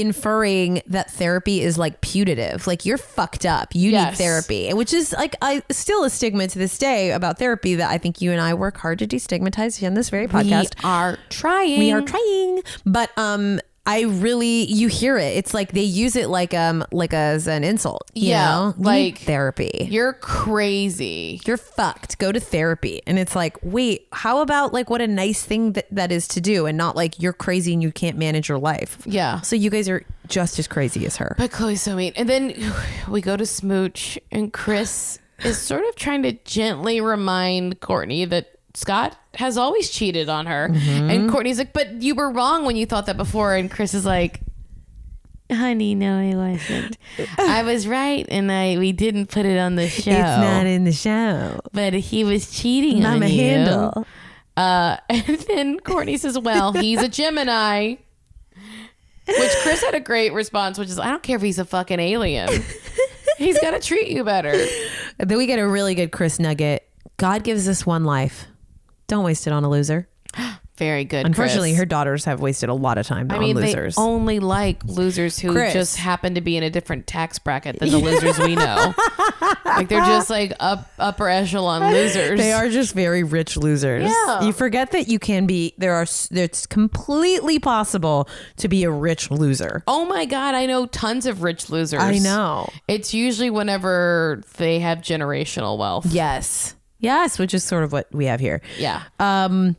Speaker 1: inferring that therapy is like putative. Like you're fucked up. You
Speaker 2: Yes.
Speaker 1: need therapy, which is like I still a stigma to this day about therapy that I think you and I work hard to destigmatize here on this very
Speaker 2: we
Speaker 1: podcast.
Speaker 2: are trying.
Speaker 1: We are trying, but um I really you hear it. It's like they use it like um like as an insult, you
Speaker 2: Yeah,
Speaker 1: know? You need
Speaker 2: like-
Speaker 1: therapy.
Speaker 2: You're crazy.
Speaker 1: You're fucked. Go to therapy. And it's like, wait, how about like what a nice thing that, that is to do and not like you're crazy and you can't manage your life.
Speaker 2: Yeah.
Speaker 1: So you guys are just as crazy as her.
Speaker 2: But Chloe's so mean. And then we go to Smooch, and Chris is sort of trying to gently remind Courtney that Scott has always cheated on her. And Courtney's like, But you were wrong when you thought that before. And Chris is like, Honey, no, I wasn't. I was right, and I we didn't put it on the show.
Speaker 1: in the show.
Speaker 2: but he was cheating on
Speaker 1: Mama
Speaker 2: you.
Speaker 1: handle.
Speaker 2: Uh, and then Courtney says, "Well, he's a Gemini." Which Chris had a great response, which is, "I don't care if he's a fucking alien. He's got to treat you better."
Speaker 1: Then we get a really good Chris Nugget. God gives us one life. Don't waste it on a loser.
Speaker 2: Very good.
Speaker 1: Unfortunately,
Speaker 2: Chris.
Speaker 1: her daughters have wasted a lot of time
Speaker 2: I mean,
Speaker 1: on losers.
Speaker 2: they only like losers who
Speaker 1: Chris.
Speaker 2: just happen to be in a different tax bracket than the losers we know. Like they're just like up upper echelon losers.
Speaker 1: They are just very rich losers.
Speaker 2: Yeah.
Speaker 1: You forget that you can be there are s- it's completely possible to be a rich loser.
Speaker 2: Oh my god, I know tons of rich losers.
Speaker 1: I know.
Speaker 2: It's usually whenever they have generational wealth.
Speaker 1: Yes. Yes, which is sort of what we have here. Um,
Speaker 2: Yeah.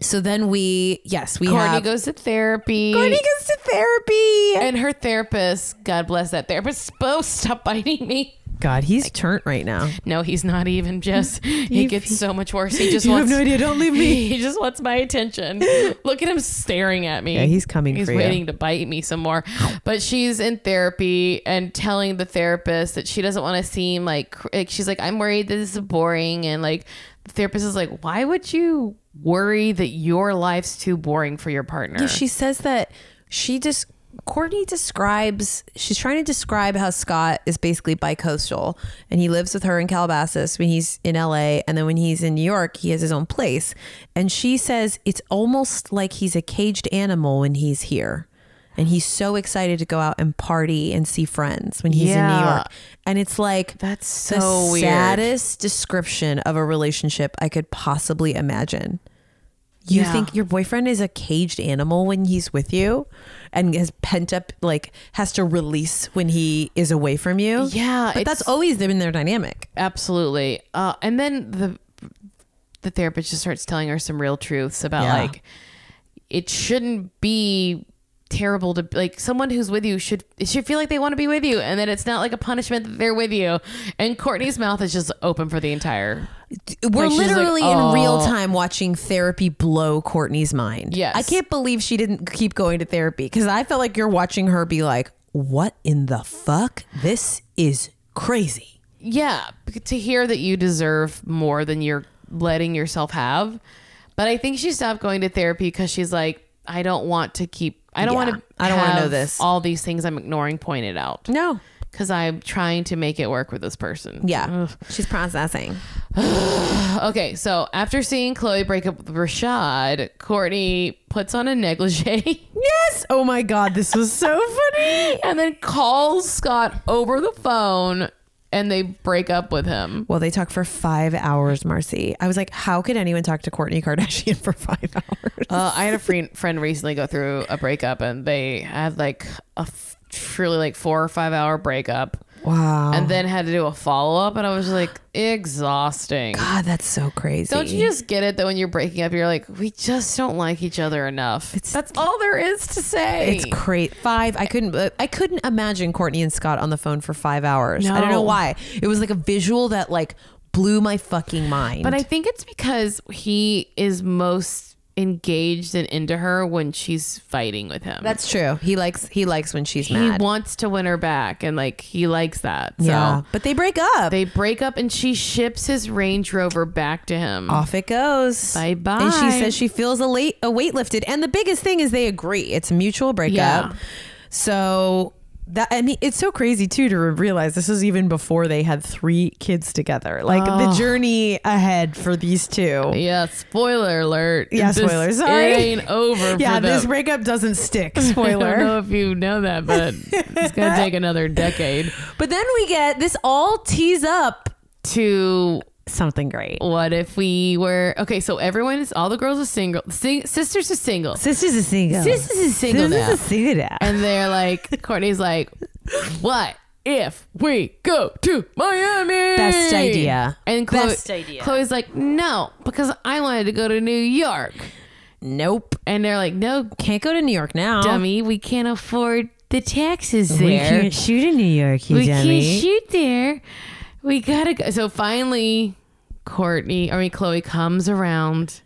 Speaker 1: So then we yes, we
Speaker 2: Courtney
Speaker 1: have
Speaker 2: goes to therapy.
Speaker 1: Courtney goes to therapy.
Speaker 2: and her therapist, God bless that therapist, oh, stop biting me.
Speaker 1: God, he's turned right now.
Speaker 2: No, he's not even just. It gets so much worse. He just
Speaker 1: You have
Speaker 2: wants
Speaker 1: no idea, don't leave me.
Speaker 2: He just wants my attention. Look at him staring at me.
Speaker 1: Yeah, he's coming
Speaker 2: He's
Speaker 1: for you.
Speaker 2: waiting to bite me some more. But she's in therapy and telling the therapist that she doesn't want to seem like, cr- like she's like, I'm worried that this is boring. And like, the therapist is like, why would you worry that your life's too boring for your partner?
Speaker 1: She says that she just Courtney describes she's trying to describe how Scott is basically bicoastal and he lives with her in Calabasas when he's in LA and then when he's in New York he has his own place and she says it's almost like he's a caged animal when he's here and he's so excited to go out and party and see friends when he's in New
Speaker 2: Yeah.
Speaker 1: York. And it's like
Speaker 2: That's
Speaker 1: the
Speaker 2: so weird.
Speaker 1: saddest description of a relationship I could possibly imagine. You
Speaker 2: Yeah.
Speaker 1: think your boyfriend is a caged animal when he's with you and is pent up, like has to release when he is away from you?
Speaker 2: Yeah,
Speaker 1: But that's
Speaker 2: it's-
Speaker 1: always been their dynamic.
Speaker 2: Absolutely. Uh, and then the the therapist just starts telling her some real truths about
Speaker 1: Yeah.
Speaker 2: like it shouldn't be terrible to like someone who's with you should it should feel like they want to be with you and then it's not like a punishment that they're with you and courtney's mouth is just open for the entire
Speaker 1: We're
Speaker 2: Like, she's like,
Speaker 1: literally in real
Speaker 2: "Oh."
Speaker 1: time watching therapy blow Courtney's mind.
Speaker 2: Yes.
Speaker 1: I can't believe she didn't keep going to therapy because I felt like you're watching her be like, what in the fuck? This is crazy.
Speaker 2: yeah to hear that you deserve more than you're letting yourself have but i think she stopped going to therapy because she's like i don't want to keep i don't
Speaker 1: Yeah.
Speaker 2: want to
Speaker 1: I don't wanna know
Speaker 2: have
Speaker 1: this.
Speaker 2: all these things i'm ignoring pointed out
Speaker 1: No.
Speaker 2: because I'm trying to make it work with this person.
Speaker 1: Yeah. She's processing.
Speaker 2: Okay, so after seeing Chloe break up with Rashad, Courtney puts on a negligee
Speaker 1: Yes. Oh my God. This was so funny.
Speaker 2: and then calls Scott over the phone and they break up with him.
Speaker 1: Well, they talked for five hours, Marcy. I was like, how could anyone talk to Courtney Kardashian for five hours?
Speaker 2: Uh, I had a friend friend recently go through a breakup and they had like a f- truly like four or five hour breakup
Speaker 1: wow.
Speaker 2: and then had to do a follow up and I was like exhausting.
Speaker 1: God, ah, that's so crazy.
Speaker 2: Don't you just get it that when you're breaking up, you're like, we just don't like each other enough. That's all there is to say.
Speaker 1: It's great. Five. I couldn't. uh, I couldn't imagine Courtney and Scott on the phone for five hours. I don't know
Speaker 2: No.
Speaker 1: why. It was like a visual that like blew my fucking mind.
Speaker 2: but I think it's because he is most engaged and into her when she's fighting with him.
Speaker 1: that's true. He likes. He likes when she's
Speaker 2: he
Speaker 1: mad.
Speaker 2: wants to win her back, and like he likes that. So
Speaker 1: yeah. But they break up.
Speaker 2: they break up, and she ships his Range Rover back to him.
Speaker 1: off it goes.
Speaker 2: Bye-bye.
Speaker 1: And she says she feels a, late, a weight lifted. And the biggest thing is they agree. It's a mutual breakup.
Speaker 2: Yeah.
Speaker 1: So that I mean, it's so crazy too to realize this is even before they had three kids together. Like the journey ahead for these two.
Speaker 2: Yeah, spoiler alert.
Speaker 1: Yeah,
Speaker 2: This-
Speaker 1: spoiler, sorry.
Speaker 2: it ain't over.
Speaker 1: Yeah,
Speaker 2: for them.
Speaker 1: this breakup doesn't stick.
Speaker 2: I don't
Speaker 1: Spoiler.
Speaker 2: know if you know that, but it's gonna take another decade
Speaker 1: but then we get this all tees up
Speaker 2: to
Speaker 1: something great.
Speaker 2: what if we were okay? So everyone is all the girls are single, sing, sisters are single,
Speaker 1: Sisters is single.
Speaker 2: sisters is single now,
Speaker 1: single
Speaker 2: and they're like Courtney's like, what if we go to Miami?
Speaker 1: Best idea.
Speaker 2: And Chloe,
Speaker 1: Best idea.
Speaker 2: Chloe's like, no, because I wanted to go to New York,
Speaker 1: Nope.
Speaker 2: and they're like, no,
Speaker 1: Can't go to New York now.
Speaker 2: dummy, we can't afford the taxes there.
Speaker 1: shoot in New York, you
Speaker 2: we can't shoot there. We gotta go. So finally, Courtney, I mean Chloe, comes around.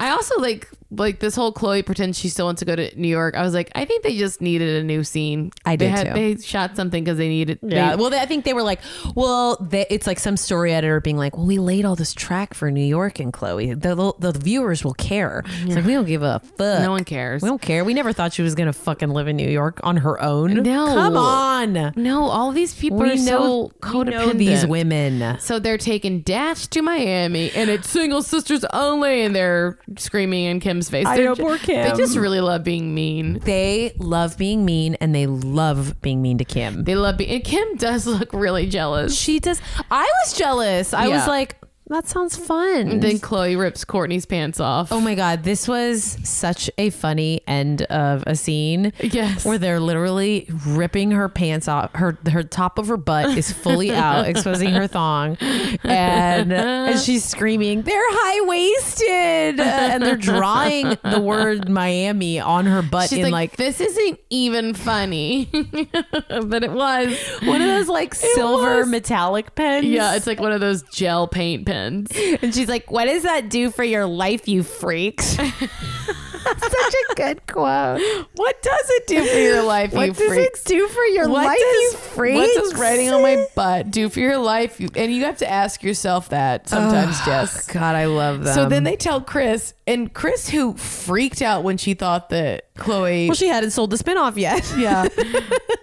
Speaker 2: I also like like this whole Chloe pretends she still wants to go to New York. I was like, I think they just needed a new scene.
Speaker 1: I
Speaker 2: they
Speaker 1: did too.
Speaker 2: They shot something because they needed.
Speaker 1: Yeah.
Speaker 2: they-
Speaker 1: well, they, I think they were like, well, they, it's like some story editor being like, well, we laid all this track for New York and Chloe. The, the, the viewers will care. It's like, we don't give a fuck.
Speaker 2: no one cares.
Speaker 1: We don't care. We never thought she was going to fucking live in New York on her own.
Speaker 2: No.
Speaker 1: Come on.
Speaker 2: no, all these people
Speaker 1: We
Speaker 2: are
Speaker 1: know,
Speaker 2: so codependent.
Speaker 1: we know these women.
Speaker 2: So they're taking Dash to Miami, and it's single sisters only, and they're screaming in Kim's face.
Speaker 1: I
Speaker 2: They're
Speaker 1: know,
Speaker 2: ju-
Speaker 1: poor Kim.
Speaker 2: They just really love being mean.
Speaker 1: They love being mean and they love being mean to Kim.
Speaker 2: They love being. And Kim does look really jealous.
Speaker 1: she does. I was jealous. I was
Speaker 2: Yeah.
Speaker 1: like, that sounds fun.
Speaker 2: Then Chloe rips Courtney's pants off.
Speaker 1: Oh my God, this was such a funny end of a scene.
Speaker 2: Yes.
Speaker 1: Where they're literally ripping her pants off. Her her top of her butt is fully out, exposing her thong. And, and she's screaming, they're high waisted. And they're drawing the word Miami on her butt
Speaker 2: She's
Speaker 1: in
Speaker 2: like,
Speaker 1: like
Speaker 2: this isn't even funny, but it was.
Speaker 1: one of those like silver
Speaker 2: was.
Speaker 1: metallic pens.
Speaker 2: Yeah, it's like one of those gel paint pens.
Speaker 1: and she's like, "What does that do for your life, you freaks?" Such a good quote.
Speaker 2: What does it do for your life, you freak?
Speaker 1: do for your
Speaker 2: What does writing on my butt do for your life? You- And you have to ask yourself that sometimes, Jess. Um,
Speaker 1: God, I love them.
Speaker 2: So then they tell Chris, and Chris, who freaked out when she thought that Chloe.
Speaker 1: Well, she hadn't sold the spinoff yet.
Speaker 2: yeah,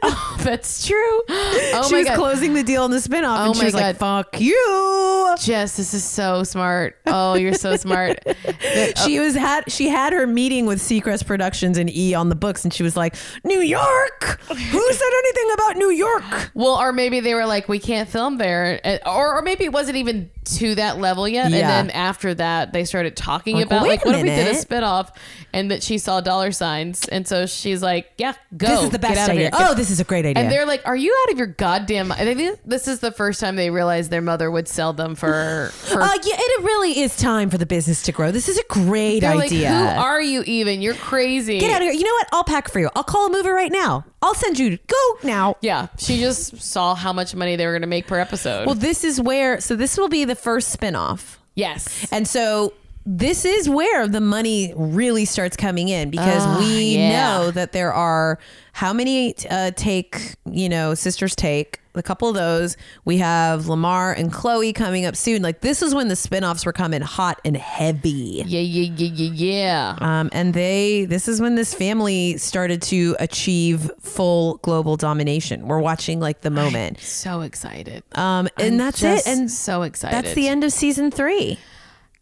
Speaker 2: Oh, that's true. Oh
Speaker 1: she
Speaker 2: my
Speaker 1: was
Speaker 2: god,
Speaker 1: closing the deal on the spinoff,
Speaker 2: Oh
Speaker 1: and she
Speaker 2: my Oh.
Speaker 1: was like, "Fuck you."
Speaker 2: Jess, this is so smart. Oh, you're so smart. That-
Speaker 1: She was had she had her meeting with Seacrest Productions and E on the books, and she was like, "New York? Who said anything about New York?"
Speaker 2: Well, or maybe they were like, we can't film there, And- or, or maybe it wasn't even to that level yet.
Speaker 1: Yeah.
Speaker 2: And then after that, they started talking
Speaker 1: Like,
Speaker 2: about
Speaker 1: wait
Speaker 2: like,
Speaker 1: a
Speaker 2: what if we did a
Speaker 1: minute.
Speaker 2: spinoff, and that she saw dollar signs, and so she's like, yeah, go.
Speaker 1: this is the
Speaker 2: Oh, Get
Speaker 1: best
Speaker 2: out of
Speaker 1: idea.
Speaker 2: here.
Speaker 1: Oh, this is a great idea.
Speaker 2: And they're like, "Are you out of your goddamn?" mi-" I think this is the first time they realized their mother would sell them for. for
Speaker 1: uh, yeah, it really is time for the business to grow. This is a great
Speaker 2: they're
Speaker 1: idea.
Speaker 2: like, "Who are you even? You're crazy."
Speaker 1: Get out of here. You know what? I'll pack for you. I'll call a mover right now. I'll send you. Go now.
Speaker 2: Yeah, she just saw how much money they were going to make per episode.
Speaker 1: Well, this is where. So this will be the first spinoff,
Speaker 2: yes,
Speaker 1: and so this is where the money really starts coming in because
Speaker 2: Ah,
Speaker 1: we
Speaker 2: yeah.
Speaker 1: know that there are how many uh, take you know sisters take a couple of those. We have Lamar and Chloe coming up soon. Like this is when the spinoffs were coming hot and heavy.
Speaker 2: yeah, yeah, yeah, yeah, yeah.
Speaker 1: Um, and they, this is when this family started to achieve full global domination. We're watching like the moment.
Speaker 2: So excited.
Speaker 1: Um, and that's it.
Speaker 2: Just
Speaker 1: And
Speaker 2: so excited.
Speaker 1: that's the end of season three.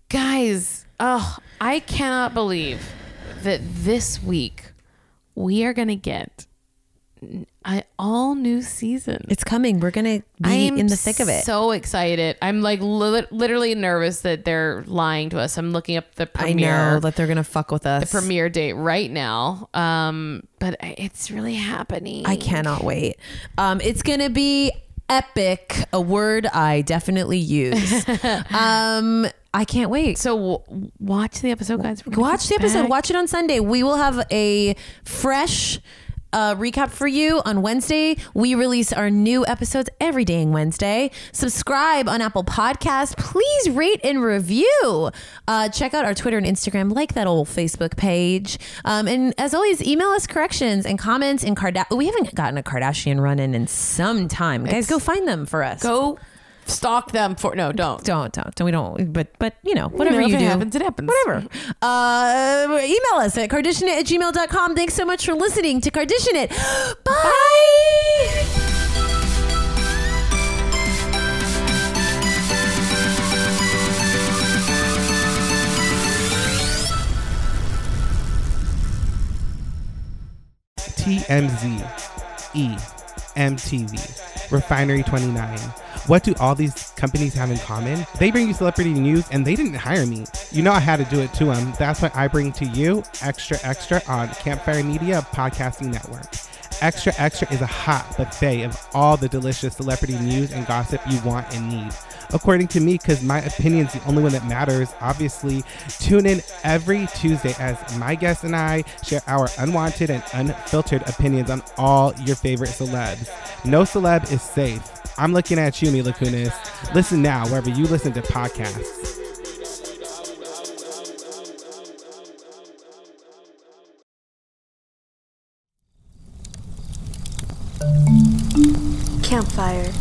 Speaker 2: guys. Oh, I cannot believe that this week we are going to get an all new season.
Speaker 1: It's coming. We're going to be in the thick of it.
Speaker 2: So excited! I'm like li- literally nervous that they're lying to us. I'm looking up the
Speaker 1: I know
Speaker 2: premiere
Speaker 1: that they're going to fuck with us.
Speaker 2: premiere date right now, um, but I- it's really happening.
Speaker 1: I cannot wait. Um, it's going to be epic, a word I definitely use. um, I can't wait.
Speaker 2: So w- watch the episode, guys. We're gonna
Speaker 1: watch the
Speaker 2: be
Speaker 1: episode
Speaker 2: back.
Speaker 1: watch it on sunday we will have a fresh uh, recap for you on Wednesday. We release our new episodes every day on Wednesday. Subscribe on Apple Podcasts. Please rate and review. Uh, check out our Twitter and Instagram, like that old Facebook page. Um, and as always, email us corrections and comments. And Karda- oh, we haven't gotten a Kardashian run in in some time. Guys, go find them for us.
Speaker 2: Go stalk them for no, don't.
Speaker 1: Don't, don't, don't. We don't. But, but you know, whatever
Speaker 2: know,
Speaker 1: you,
Speaker 2: if it
Speaker 1: do
Speaker 2: happens, it happens.
Speaker 1: Whatever. Uh, email us at carditionit at gmail.com. Thanks so much for listening to Cardition It. Bye.
Speaker 4: TMZ, E, MTV, Refinery 29. What do all these companies have in common? They bring you celebrity news and they didn't hire me. You know I had to do it to them. That's why I bring to you Extra Extra on Campfire Media Podcasting Network. Extra Extra is a hot buffet of all the delicious celebrity news and gossip you want and need. According to me, because my opinion's the only one that matters, obviously. Tune in every Tuesday as my guests and I share our unwanted and unfiltered opinions on all your favorite celebs. No celeb is safe. I'm looking at you, Mila Kunis. Listen now, wherever you listen to podcasts.
Speaker 5: Campfire.